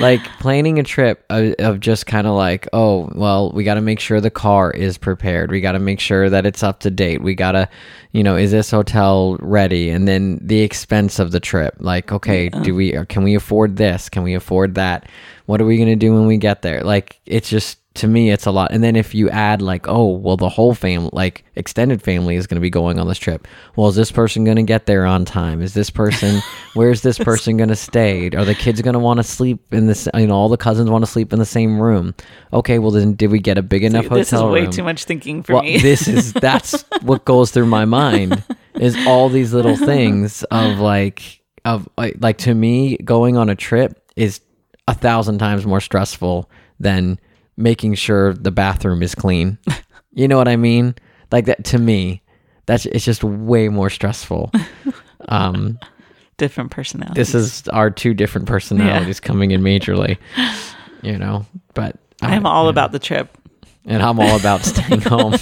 like planning a trip of, of just kind of like, oh, well, we got to make sure the car is prepared. We got to make sure that it's up to date. We got to, you know, is this hotel ready? And then the expense of the trip. Like, okay, do we or can we afford this? Can we afford that? What are we going to do when we get there? Like, it's just to me it's a lot and then if you add like oh well the whole family like extended family is going to be going on this trip well is this person going to get there on time is this person where's this person going to stay are the kids going to want to sleep in this you know all the cousins want to sleep in the same room okay well then did we get a big enough hotel this is way room too much thinking for well, me. this is that's what goes through my mind is all these little things of like of like like, to me going on a trip is a thousand times more stressful than making sure the bathroom is clean. You know what I mean? Like that to me, that's it's just way more stressful. Um, Different personality. this is our two different personalities coming in majorly. You know, but uh, I- I'm all about the trip. and I'm all about staying home.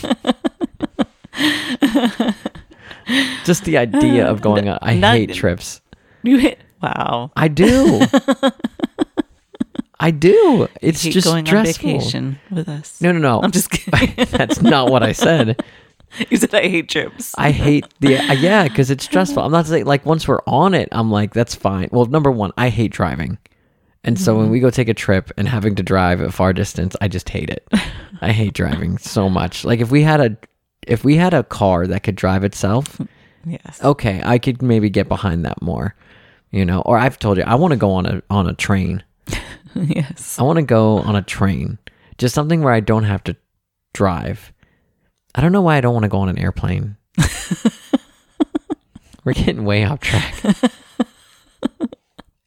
Just the idea of going on. I Uh, Not- hate trips. You hit wow. I do. I do. It's Hate just going stressful. on vacation with us. No, no, no. I'm just kidding. That's not what I said. you said I hate trips. I hate the uh, yeah because it's stressful. I'm not saying like once we're on it, I'm like that's fine. Well, number one, I hate driving, and so when we go take a trip and having to drive a far distance, I just hate it. I hate driving so much. Like if we had a if we had a car that could drive itself, yes. okay, I could maybe get behind that more, you know. Or I've told you I want to go on a on a train. yes. I want to go on a train, just something where I don't have to drive. I don't know why I don't want to go on an airplane. We're getting way off track.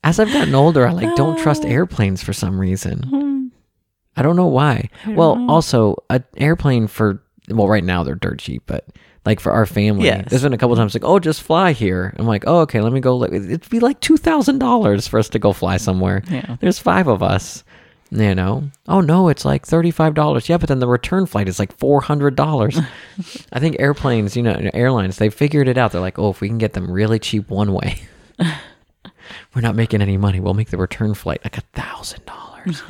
As I've gotten older, I like don't trust airplanes for some reason. Hmm. I don't know why. Well, also an airplane for well, right now they're dirt cheap, but like for our family, Yes. there's been a couple times like, oh, just fly here. I'm like, oh, okay, let me go. look." It'd be like two thousand dollars for us to go fly somewhere. Yeah. There's five of us. You know? Oh no, it's like thirty-five dollars. Yeah, but then the return flight is like four hundred dollars. I think airplanes, you know, airlines, they figured it out. They're like, oh, if we can get them really cheap one way, we're not making any money. We'll make the return flight like a thousand dollars.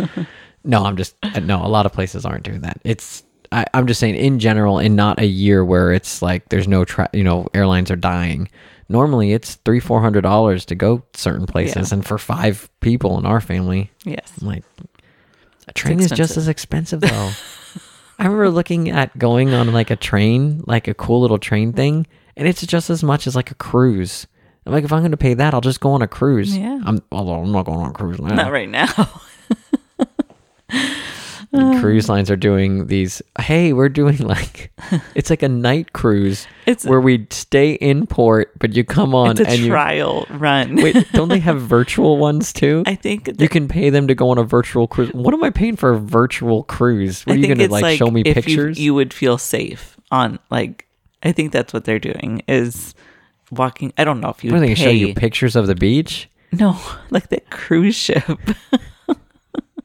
No, I'm just uh, no. A lot of places aren't doing that. It's I, I'm just saying in general, in not a year where it's like there's no tra- you know airlines are dying. Normally, it's three four hundred dollars to go certain places, and for five people in our family, Yes. I'm like, A train is just expensive. as expensive though. I remember looking at going on like a train, like a cool little train thing, and it's just as much as like a cruise. I'm like, if I'm going to pay that, I'll just go on a cruise. Yeah. I'm, although I'm not going on a cruise now. Not right now. Uh. And cruise lines are doing these. Hey, we're doing like it's like a night cruise It's where we stay in port, but you come on it's a and you trial run. wait. Don't they have virtual ones too? I think that, you can pay them to go on a virtual cruise. What am I paying for a virtual cruise? What I are you think going to it's like, like, show me if pictures? You, you would feel safe on like I think that's what they're doing is walking. I don't know if you what are would they going to show you pay. pictures of the beach? no, like the cruise ship.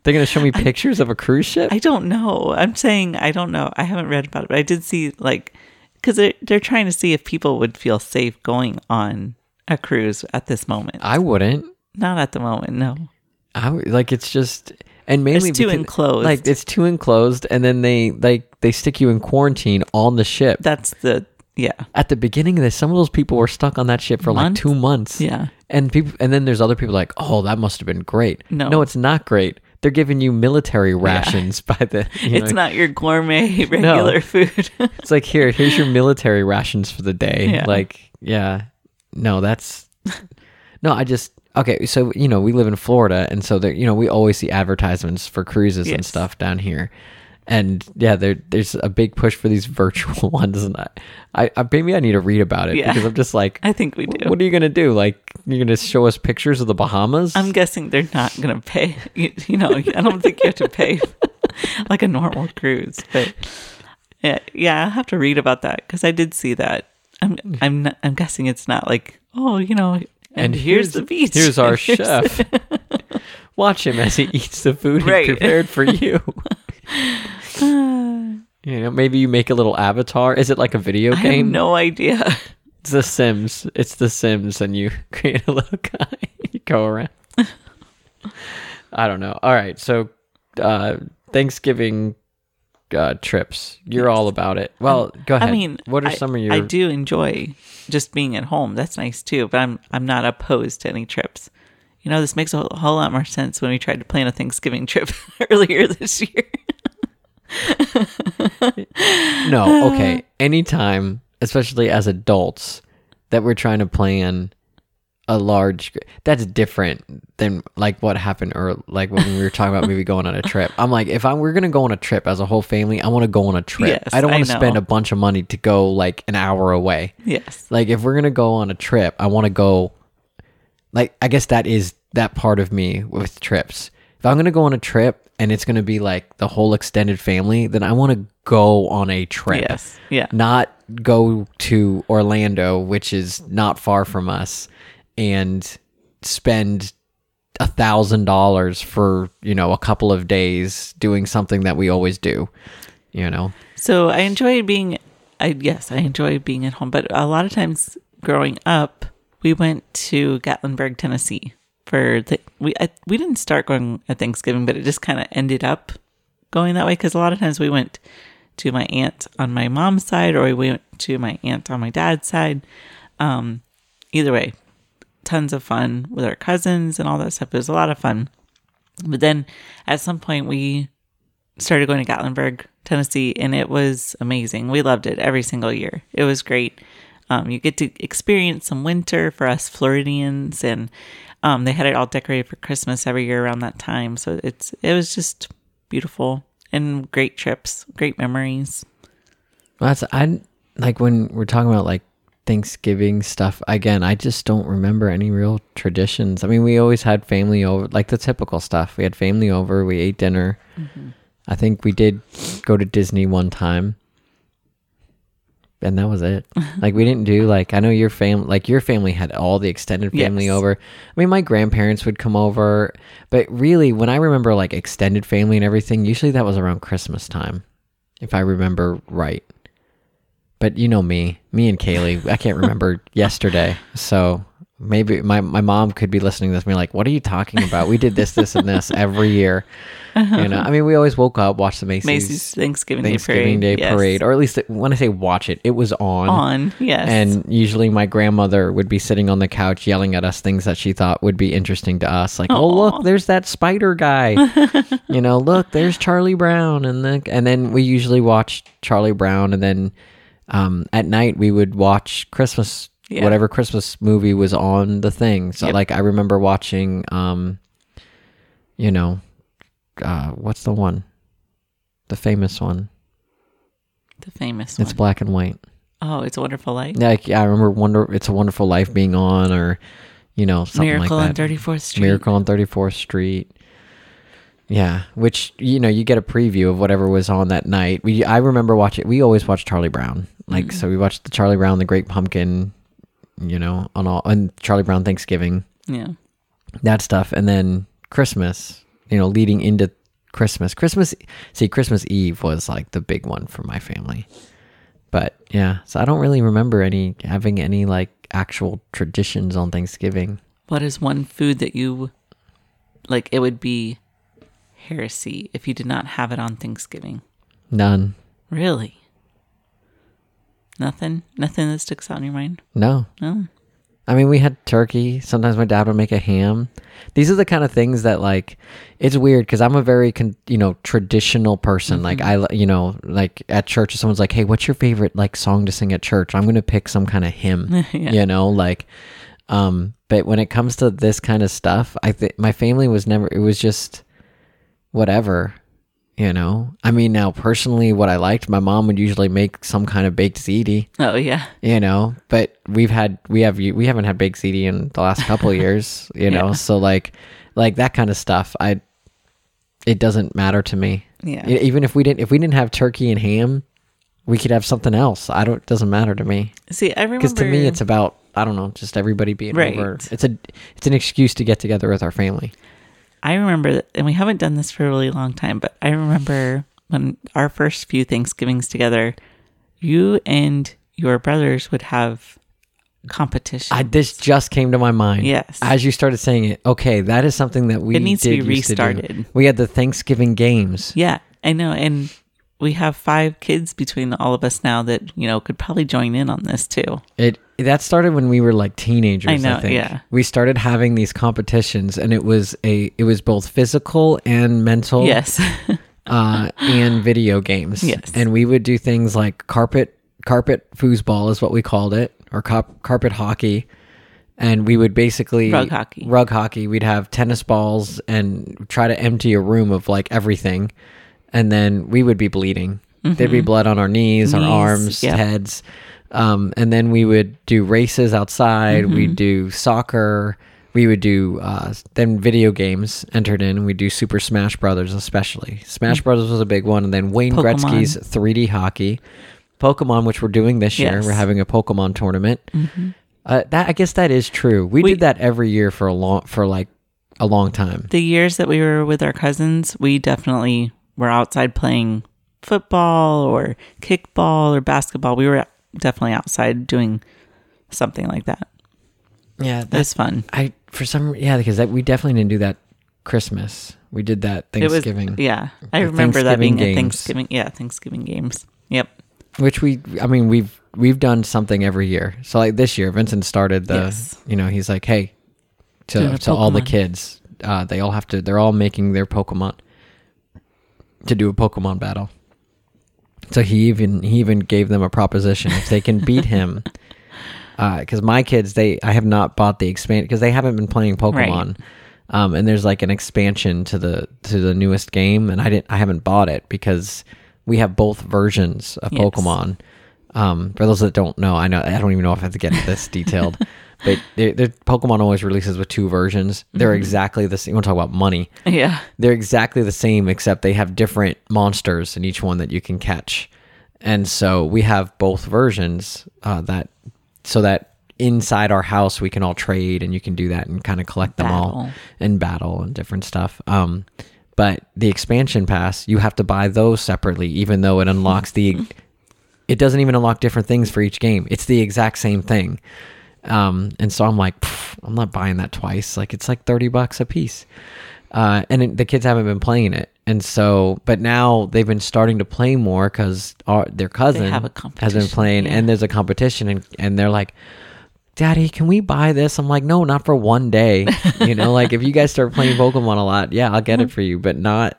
They're going to show me pictures of a cruise ship. I don't know. I'm saying I don't know. I haven't read about it, but I did see like because they're they're trying to see if people would feel safe going on a cruise at this moment. I wouldn't. Not at the moment, no. I would- like it's just and mainly too because- enclosed. Like it's too enclosed, and then they like they stick you in quarantine on the ship. That's the yeah at the beginning of this, some of those people were stuck on that ship for like Months? two months. yeah. And people, and then there's other people like, oh, that must have been great. No. no, it's not great. They're giving you military rations by the. You It's know, not your gourmet regular food. It's like here, here's your military rations for the day. Yeah. Like, yeah, no, that's no. I just okay. So you know, we live in Florida, and so there, you know, we always see advertisements for cruises and Yes. stuff down here. And yeah, there there's a big push for these virtual ones, and I, I, I maybe I need to read about it Yeah. because I'm just like, I think we "Wh- do. What are you gonna do? Like, you're gonna show us pictures of the Bahamas? I'm guessing they're not going to pay. You, you know, I don't think you have to pay like a normal cruise, but yeah, yeah, I'll have to read about that because I did see that. I'm, I'm, not, I'm guessing it's not like, oh, you know, and, here's, the beach. Here's our and chef. Watch him as he eats the food Right. he prepared for you. you know, maybe you make a little avatar. Is it like a video I have game? no idea. It's The Sims. It's The Sims, and you create a little guy. you go around. I don't know. All right, so uh, Thanksgiving uh, trips. You're all about it. Well, go ahead. I mean, what are I- some of your? I do enjoy just being at home. That's nice too, but I'm I'm not opposed to any trips. You know, this makes a whole, whole lot more sense when we tried to plan a Thanksgiving trip earlier this year. Uh. No, okay. Anytime, especially as adults, that we're trying to plan a large, that's different than like what happened or like when we were talking about maybe going on a trip. I'm like, if I we're gonna go on a trip as a whole family, I want to go on a trip. Yes, I don't I want to know. spend a bunch of money to go like an hour away. Yes. Like if we're gonna go on a trip, I want to go. Like I guess that is that part of me with trips. If I'm gonna go on a trip and it's gonna be like the whole extended family, then I want to go on a trip Yes. Yeah. not go to Orlando, which is not far from us, and spend a thousand dollars for you know a couple of days doing something that we always do. You know, So I enjoy being, I yes, I enjoy being at home. But a lot of times growing up, we went to Gatlinburg, Tennessee for the we I, we didn't start going at Thanksgiving, but it just kind of ended up going that way because a lot of times we went to my aunt on my mom's side or we went to my aunt on my dad's side. Um, either way, tons of fun with our cousins and all that stuff. It was a lot of fun. But then at some point we started going to Gatlinburg, Tennessee, and it was amazing. We loved it every single year. It was great. Um, you get to experience some winter for us Floridians, and um, they had it all decorated for Christmas every year around that time. So it's it was just beautiful and great trips, great memories. Well, that's I like when we're talking about like Thanksgiving stuff again. I just don't remember any real traditions. I mean, we always had family over, like the typical stuff. We had family over. We ate dinner. I think we did go to Disney one time, and that was it. like we didn't do like I know your family, like your family had all the extended family Yes. over. I mean, my grandparents would come over, but really, when I remember like extended family and everything, usually that was around Christmas time, if I remember right. But you know me, me and Kaylee, I can't remember yesterday. So maybe my, my mom could be listening to this and be like, What are you talking about? We did this, this, and this every year. You know, I mean, we always woke up, watched the Macy's, Macy's Thanksgiving, Thanksgiving Day Day Parade. parade, yes. or at least when I say watch it, it was On, yes. and usually my grandmother would be sitting on the couch yelling at us things that she thought would be interesting to us like oh look there's that spider guy you know look there's charlie brown and the, and then we usually watched charlie brown and then um, at night we would watch christmas Yeah. whatever christmas movie was on the thing so Yep. like i remember watching um, you know uh, what's the one the famous one the famous it's one. black and white oh, it's a Wonderful Life. like I remember Wonder It's a Wonderful Life being on or you know something Miracle like on that. 34th Street. Miracle on 34th Street. Yeah, which you know you get a preview of whatever was on that night. We I remember watching we always watched Charlie Brown. Like Mm. so we watched the Charlie Brown the Great Pumpkin, you know, on all and Charlie Brown Thanksgiving, Yeah. that stuff and then Christmas, you know, leading into Christmas. Christmas see Christmas Eve was like the big one for my family but yeah so i don't really remember any having any like actual traditions on thanksgiving What is one food that you like? It would be heresy if you did not have it on Thanksgiving. none Really? Nothing? Nothing that sticks out in your mind? no No. i mean we had turkey sometimes my dad would make a ham these are the kind of things that like it's weird because i'm a very con- you know traditional person like i li- you know like at church if someone's like hey what's your favorite like song to sing at church i'm gonna pick some kind of hymn Yeah. you know like um but when it comes to this kind of stuff i think my family was never it was just whatever you know i mean now personally what i liked my mom would usually make some kind of baked ziti Oh yeah. you know but we've had we have we haven't had baked ziti in the last couple of years you know Yeah. so like like that kind of stuff i it doesn't matter to me Yeah. E- even if we didn't if we didn't have turkey and ham we could have something else i don't doesn't matter to me See, I remember. because to me it's about i don't know just everybody being Right. over it's a it's an excuse to get together with our family I remember, that- and we haven't done this for a really long time, but I remember when our first few Thanksgivings together, you and your brothers would have competition. i this just came to my mind Yes. as you started saying it okay that is something that we It needs to did be used do. restarted. we had the thanksgiving games yeah, I know, and we have five kids between all of us now that you know could probably join in on this too. it that started when we were like teenagers I know, think. yeah. we started having these competitions and it was a it was both physical and mental Yes, uh, and video games. Yes. And we would do things like carpet carpet foosball is what we called it, or cop, carpet hockey. And we would basically Rug hockey. Rug hockey. We'd have tennis balls and try to empty a room of like everything, and then we would be bleeding. There'd be blood on our knees, our Mm-hmm. Knees, arms, yep. heads, um, and then we would do races outside. Mm-hmm. We'd do soccer. We would do uh, then video games entered in. We do Super Smash Brothers, especially Smash Brothers was a big one, and then Wayne Mm. Pokemon. Gretzky's 3D hockey, Pokemon, which we're doing this year. Yes. Mm-hmm. We're having a Pokemon tournament. Uh, that I guess that is true. We, We- did that every year for a long for like a long time. the years that we were with our cousins, we definitely were outside playing football or kickball or basketball. We were definitely outside doing something like that. Yeah, It was fun. I for some yeah because that, we definitely didn't do that Christmas. We did that It was Thanksgiving. yeah. I The remember that being Thanksgiving a games. Thanksgiving. Yeah, Thanksgiving games. Yep. which we i mean we've we've done something every year so like this year vincent started the Yes. you know he's like hey Doing to a to all the Pokemon. kids uh they all have to they're all making their pokemon to do a pokemon battle so he even he even gave them a proposition if they can beat him because my kids they i have not bought the expand because they haven't been playing pokemon um, and there's like an expansion to the to the newest game and i didn't i haven't bought it because we have both versions of Yes. pokemon um, for those that don't know i know i don't even know if i have to get this detailed but they they're, pokemon always releases with two versions they're exactly the same you want to talk about money Yeah. they're exactly the same except they have different monsters in each one that you can catch and so we have both versions uh, that so that inside our house we can all trade and you can do that and kind of collect them all Battle. and battle and different stuff um, but the expansion pass you have to buy those separately even though it unlocks the it doesn't even unlock different things for each game it's the exact same thing um, and so i'm like "Pff, I'm not buying that twice. Like it's like 30 bucks a piece. Uh, and it, the kids haven't been playing it. And so, but now they've been starting to play more because their cousin have a has been competition, playing yeah. and there's a competition and, and they're like, daddy, can we buy this? I'm like, no, not for one day. You know, like if you guys start playing Pokemon a lot, yeah, I'll get it for you, but not,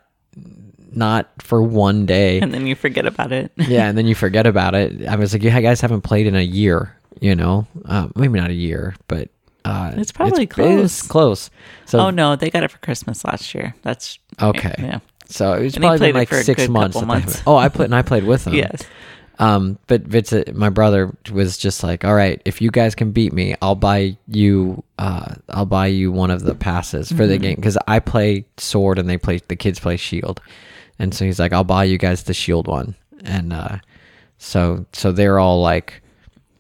not for one day and then you forget about it. yeah, and then you forget about it. I was like, you guys haven't played in a year, you know, uh, maybe not a year, but uh, It's probably it's close. close. So Oh no, they got it for Christmas last year. That's okay, Oh, Yeah. so it's And he probably played been it like for a six good months. couple that they months. haven't- Oh, I put and I played with them. Yes. Um, but Vince, uh, my brother was just like, all right, if you guys can beat me, I'll buy you, uh, I'll buy you one of the passes for the game because I play sword and they play the kids play shield, and so he's like, I'll buy you guys the shield one, and uh, so so they're all like,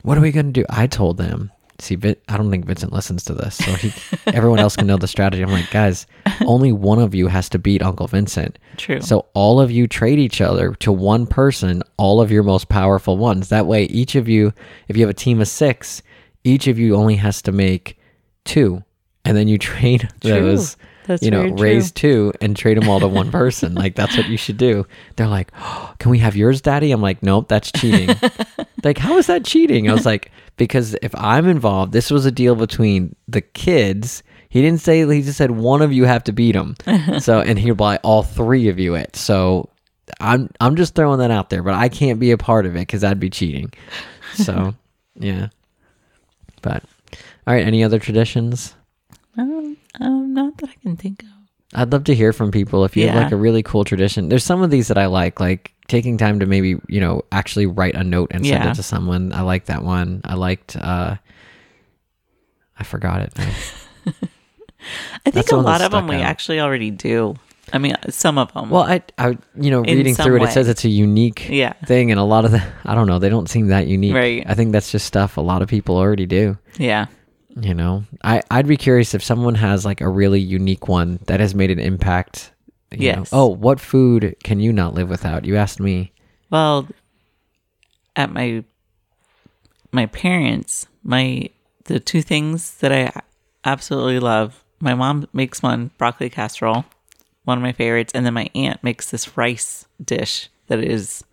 what are we gonna do? I told them. See, Vin- I don't think Vincent listens to this, so he, everyone else can know the strategy. I'm like, guys, only one of you has to beat Uncle Vincent. True. So all of you trade each other to one person, all of your most powerful ones. That way, each of you, if you have a team of six, each of you only has to make two, and then you trade those. That's you know, very true. raise two and trade them all to one person. like that's what you should do. They're like, oh, "Can we have yours, Daddy?" I'm like, "Nope, that's cheating." like, how is that cheating? I was like, because if I'm involved, this was a deal between the kids. He didn't say he just said one of you have to beat him. so and he'd buy all three of you it. So I'm I'm just throwing that out there, but I can't be a part of it because that'd be cheating. So yeah, but all right. Any other traditions? Um, um, not that I can think of. I'd love to hear from people if you have Yeah. like a really cool tradition. There's some of these that I like, like taking time to maybe, you know, actually write a note and send Yeah. it to someone. I like that one. I liked uh I forgot it. now. I That's think the a one that lot of them stuck we out. actually already do. I mean, some of them. well, I I you know, In reading some through it it way. says it's a unique yeah, thing and a lot of the I don't know, they don't seem that unique. Right. I think that's just stuff a lot of people already do. yeah. you know i i'd be curious if someone has like a really unique one that has made an impact you Yes. know. oh what food can you not live without you asked me Well, at my my parents, my the two things that I absolutely love. My mom makes one broccoli casserole, one of my favorites, and then my aunt makes this rice dish that is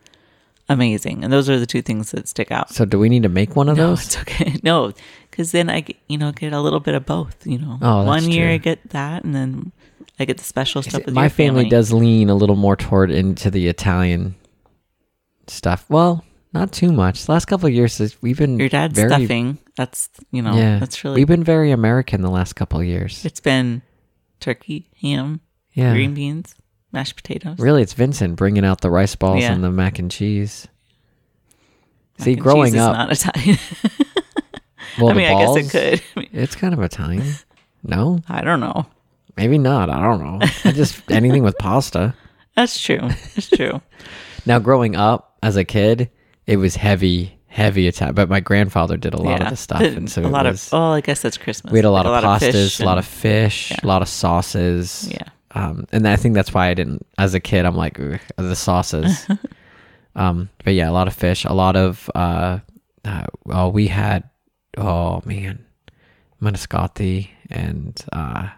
amazing. And those are the two things that stick out. so do we need to make one of No, those it's okay. No, because then I get, you know get a little bit of both. You know, Oh, one that's year true. I get that, and then I get the special stuff. With my your family, does lean a little more toward into the italian stuff well not too much the last couple of years is- we've been Your dad's very, stuffing. That's you know. yeah That's really. we've been very american the last couple of years It's been turkey, ham, yeah green beans, mashed potatoes. Really, it's Vincent bringing out the rice balls Yeah. and the mac and cheese. Mac See, and growing cheese is up, not Italian. well, I the mean, I guess balls- it could. I, mean, It's kind of Italian. No, I don't know. maybe not. I don't know. I just anything with pasta. That's true. That's true. Now, growing up as a kid, it was heavy, heavy Italian. But my grandfather did a lot yeah. of the stuff, The- and so a it lot was. of. Oh, I guess that's Christmas. we had a lot of fish pastas, a lot and- of fish, a lot of sauces. Yeah. Um, and I think that's why I didn't. As a kid, I'm like "Ugh, the sauces. um, but yeah, a lot of fish, a lot of. Uh, uh, oh, we had. Oh man, Maniscotti and uh,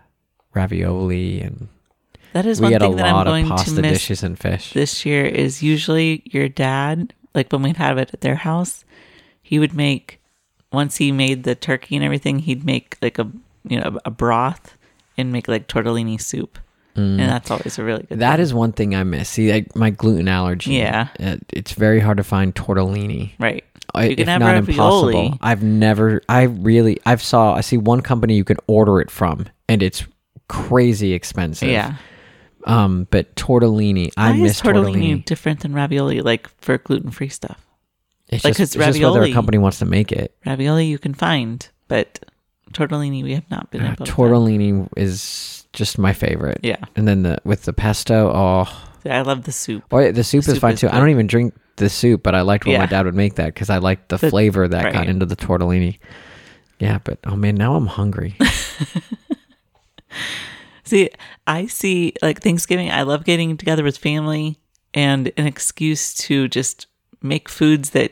ravioli and That is we one had a thing that I'm lot of going to pasta miss dishes and fish. this year is usually your dad, like when we'd have it at their house, he would make once he made the turkey and everything, he'd make like a you know a broth and make like tortellini soup, and that's always a really good. Mm. That is one thing I miss. See, like my gluten allergy. Yeah. it, it's very hard to find tortellini. right. I- You if can have not ravioli. impossible. I've never. I really. I've saw. I see one company you can order it from, and it's crazy expensive. Yeah, Um, but tortellini, I why miss is tortellini, tortellini. different than ravioli? Like for gluten free stuff, It's, like, 'cause just, it's just whether a ravioli- company wants to make it. ravioli you can find, but tortellini we have not been Ah, able to find. tortellini is just my favorite. Yeah, And then the with the pesto, oh, I love the soup. Oh, yeah, the soup The is soup fine is too. I good. don't even drink the soup, but I liked when my Yeah. dad would make that because I liked the, flavor that got right. into the tortellini. Yeah, but oh man, now I'm hungry. See, I see like Thanksgiving, I love getting together with family and an excuse to just make foods that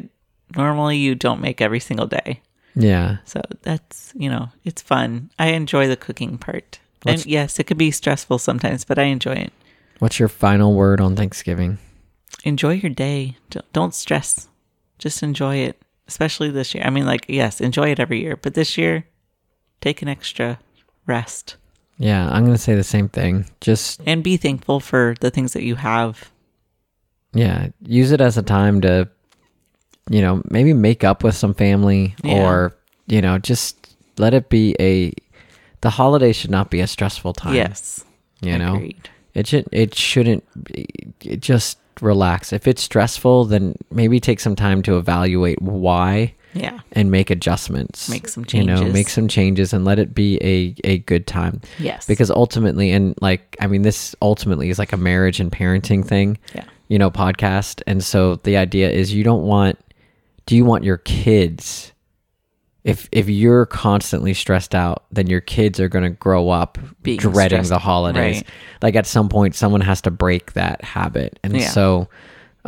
normally you don't make every single day. Yeah. So that's, you know, it's fun. I enjoy the cooking part. Let's- and yes, it can be stressful sometimes, but I enjoy it. What's your final word on Thanksgiving? Enjoy your day. D- Don't stress. Just enjoy it, especially this year. I mean, like, yes, enjoy it every year, but this year, take an extra rest Yeah, I'm going to say the same thing. Just, and be thankful for the things that you have. yeah, use it as a time to, you know, maybe make up with some family Yeah. or, you know, just let it be a, the holiday should not be a stressful time. Yes. You know, Agreed. It should. It shouldn't. be- It just relax. If it's stressful, then maybe take some time to evaluate why Yeah. and make adjustments. Make some You know, make changes. some changes and let it be a a good time. Yes. Because ultimately, and like I mean, this ultimately is like a marriage and parenting thing. Yeah. You know, podcast, and so the idea is you don't want. Do you want your kids? If if you're constantly stressed out, then your kids are going to grow up Being dreading stressed- the holidays. right. Like at some point, someone has to break that habit, and Yeah. so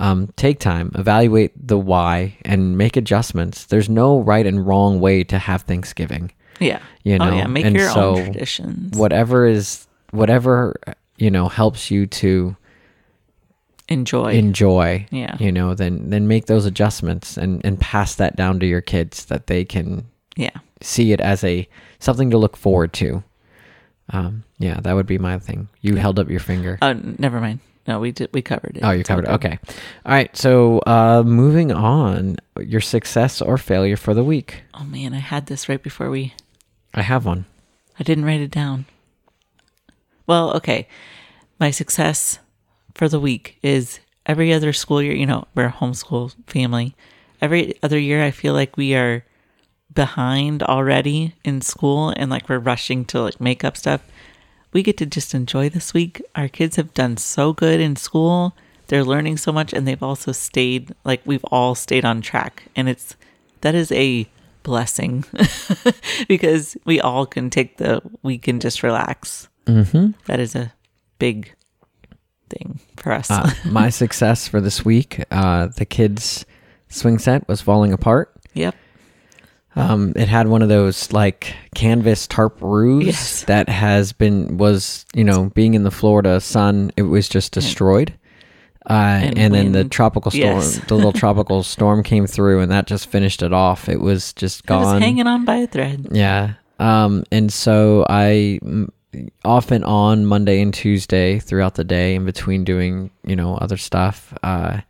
um, take time, evaluate the why, and make adjustments. There's no right and wrong way to have Thanksgiving. yeah. you know, oh, yeah. Make and your so own traditions. Whatever is whatever you know helps you to Enjoy. enjoy Yeah. you know then then make those adjustments and and pass that down to your kids that they can yeah. see it as a something to look forward to um yeah that would be my thing you held up your finger Oh, n- never mind. No, we did. We covered it. oh you covered it okay all right so uh moving on your success or failure for the week Oh man, I had this right before we. i have one I didn't write it down. Well, okay. My success for the week is every other school year, you know, we're a homeschool family. Every other year, I feel like we are behind already in school and like we're rushing to like make up stuff. We get to just enjoy this week. Our kids have done so good in school. They're learning so much and they've also stayed like we've all stayed on track. And it's that is a blessing because we all can take the we can just relax. Mm-hmm. is a big thing for us. Uh, my success for this week uh the kids swing set was falling apart yep. Um, it had one of those like canvas tarp roofs Yes. that has been was you know being in the Florida sun, it was just destroyed. Uh, and, then the wind. tropical storm, Yes. the little tropical storm came through, and that just finished it off. It was just I was gone. hanging on by a thread. Yeah. Um, and so I mm, off and on Monday and Tuesday throughout the day in between doing, you know, other stuff, uh,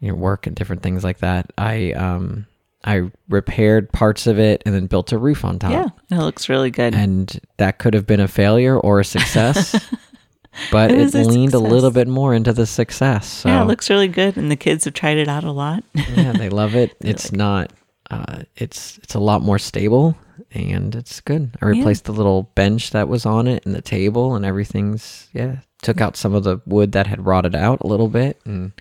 you know, work and different things like that. I, um, I repaired parts of it and then built a roof on top. Yeah. And it looks really good. Ah. And that could have been a failure or a success, but It it, was a leaned a success. little bit more into the success. So Yeah, it looks really good, and the kids have tried it out a lot. yeah, they love it. It's not. Uh, it's it's a lot more stable and it's good. I replaced the little bench that was on it and the table and everything's yeah. Took out some of the wood that had rotted out a little bit and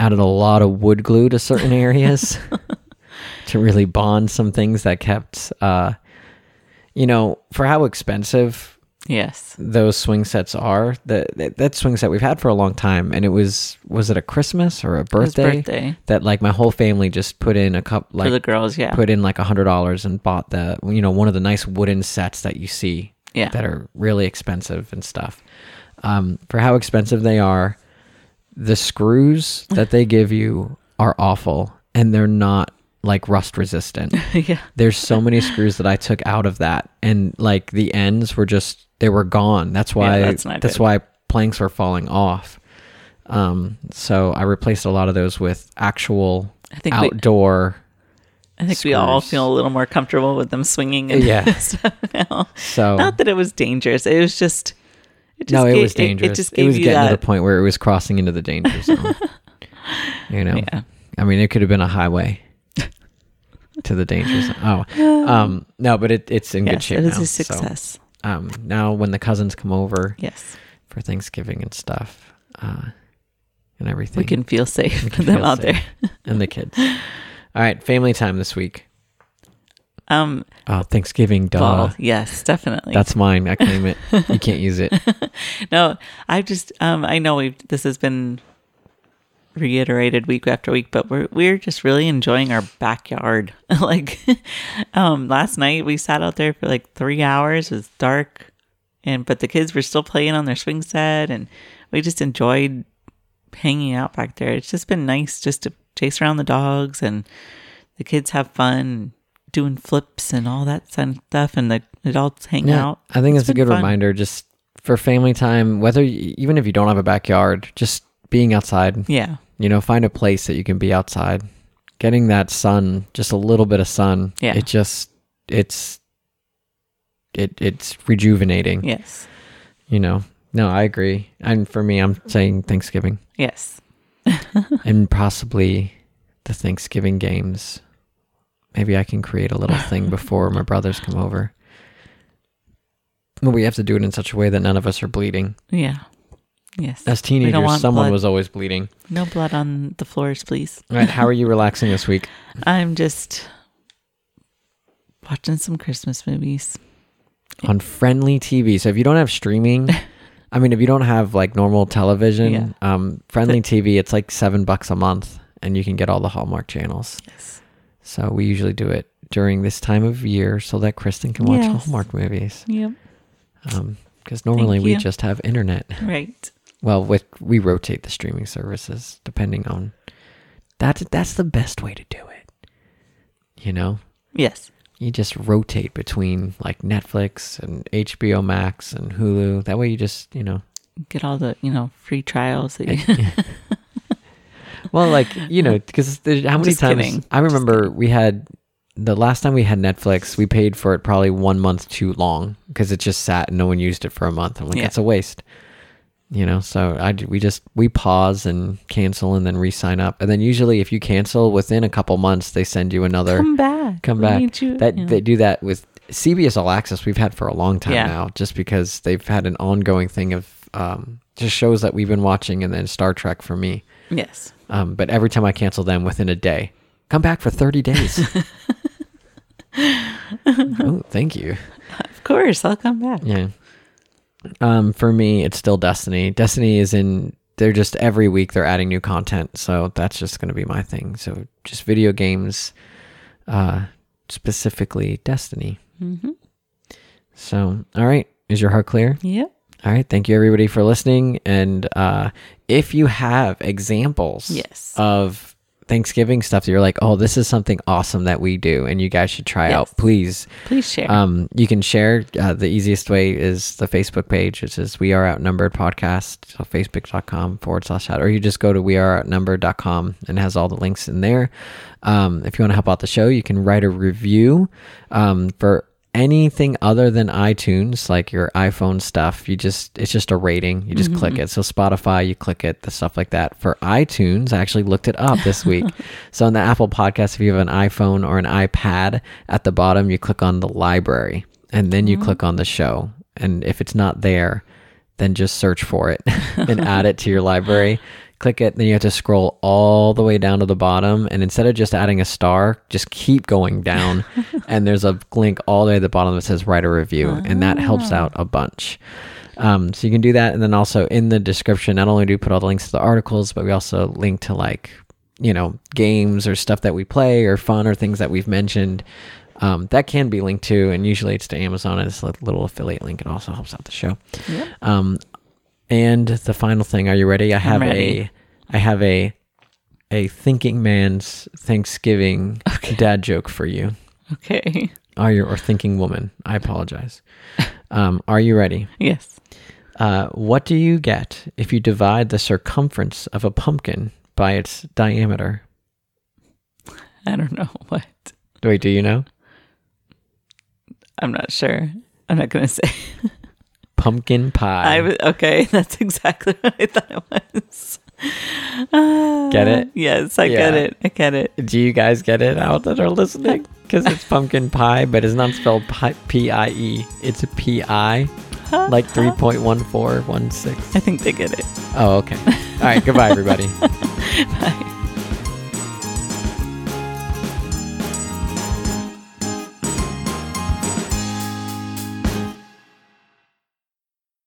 added a lot of wood glue to certain areas to really bond some things that kept. Uh, you know, for how expensive yes. those swing sets are that that, that swing set we've had for a long time and it was was it a christmas or a His birthday, birthday that like my whole family just put in a cup for the like girls. Yeah. put in like a hundred dollars and bought the you know one of the nice wooden sets that you see Yeah. that are really expensive and stuff um, for how expensive they are the screws that they give you are awful and they're not like rust resistant yeah. there's so many screws that I took out of that, and like the ends were just they were gone. That's why Yeah, that's, that's not good. why planks were falling off. Um, so I replaced a lot of those with actual I think we- outdoor. I think we all Screws. feel a little more comfortable with them swinging and Yeah. stuff now. so Not that it was dangerous. It was just. It no, it gave- was dangerous. It, It, just gave was you getting that. to the point where it was crossing into the danger zone. you know, Yeah. I mean, it could have been a highway. To the danger zone. Oh, um, no, but it, it's in good yes, shape it is now, a so, success. um, now when the cousins come over, Yes, for Thanksgiving and stuff, uh, and everything. we can feel safe We with can them feel out safe. there. and the kids. All right, family time this week. Um, Oh, Thanksgiving, duh. well, yes, definitely. That's mine. I claim it. You can't use it. no, I just um I know we've this has been reiterated week after week, but we're we're just really enjoying our backyard. like um last night we sat out there for like 3 hours. It was dark and but the kids were still playing on their swing set and we just enjoyed hanging out back there. It's just been nice just to chase around the dogs and the kids have fun doing flips and all that fun stuff and the adults hang out. I think it's, a been good fun. reminder just for family time, whether you, even if you don't have a backyard, just being outside, Yeah. you know, find a place that you can be outside. Getting that sun, just a little bit of sun. Yeah. It just it's it it's rejuvenating, Yes. you know. No, I agree. And for me, I'm saying Thanksgiving Yes. and possibly the Thanksgiving games. Maybe I can create a little thing before my brothers come over. But we have to do it in such a way that none of us are bleeding. Yeah. Yes. As want teenagers, someone blood. was always bleeding. No blood on the floors, please. All right, how are you relaxing this week? I'm just watching some Christmas movies. On friendly TV. So if you don't have streaming, I mean, if you don't have like normal television, Yeah. um, friendly TV, it's like seven bucks a month and you can get all the Hallmark channels. Yes. So we usually do it during this time of year so that Kristen can watch Yes. Hallmark movies. Yep. Because Um, normally we you. just have internet. Right. Well, with we rotate the streaming services depending on that's that's the best way to do it. You know, Yes. you just rotate between like Netflix and HBO Max and Hulu. That way, you just you know, Get all the you know free trials. That you, well, like you know, because how many Just times kidding. I remember we had the last time we had Netflix, we paid for it probably one month too long because it just sat and no one used it for a month. I'm like, Yeah. that's a waste. You know, so I d- we just we pause and cancel and then re-sign up, and then usually if you cancel within a couple months, they send you another come back. come We back. need you- that yeah. they do that with CBS All Access. We've had for a long time Yeah. now, just because they've had an ongoing thing of um, just shows that we've been watching, and then Star Trek for me. yes. Um, but every time I cancel them within a day, come back for thirty days. oh, thank you. Of course, I'll come back. Yeah. Um, for me, it's still Destiny. Destiny is in. They're just every week they're adding new content, so that's just going to be my thing. So just video games, uh, specifically Destiny. Mm-hmm. So all right, is your heart clear? Yep. All right, thank you everybody for listening. And uh, if you have examples, Yes. of Thanksgiving stuff that you're like, oh, this is something awesome that we do, and you guys should try Yes. out, please. Please share. Um, you can share. Uh, the easiest way is the Facebook page, which is We Are Outnumbered Podcast, so facebook.com forward slash out, or you just go to We Are Outnumbered.com and it has all the links in there. Um, if you want to help out the show, you can write a review um, for anything other than iTunes, like your iPhone stuff, you just it's just a rating. You just click it. So Spotify, you click it, the stuff like that. For iTunes, I actually looked it up this week. so on the Apple Podcast, if you have an iPhone or an iPad, at the bottom you click on the library and then you click on the show. And if it's not there, then just search for it and add it to your library. Click it, then you have to scroll all the way down to the bottom. And instead of just adding a star, just keep going down. and there's a link all the way at the bottom that says write a review, and that helps out a bunch. Um, so you can do that. And then also in the description, not only do we put all the links to the articles, but we also link to like, you know, games or stuff that we play or fun or things that we've mentioned. Um, that can be linked to, and usually it's to Amazon as a little affiliate link. It also helps out the show. Yep. Um, and the final thing, are you ready? I have a, ready. I have a, a thinking man's Thanksgiving dad joke for you. okay. Are you or thinking woman? I apologize. um, are you ready? Yes. Uh, what do you get if you divide the circumference of a pumpkin by its diameter? I don't know what. Wait, do you know? I'm not sure. I'm not gonna say. Pumpkin pie. I was okay. That's exactly what I thought it was. Ah, Get it? Yes, I get Yeah. it. I get it. do you guys get it out that are listening? Because it's pumpkin pie, but it's not spelled pi- P I E. It's a P I, like 3.1416. I think they get it. Oh, okay. All right. Goodbye, everybody. Bye.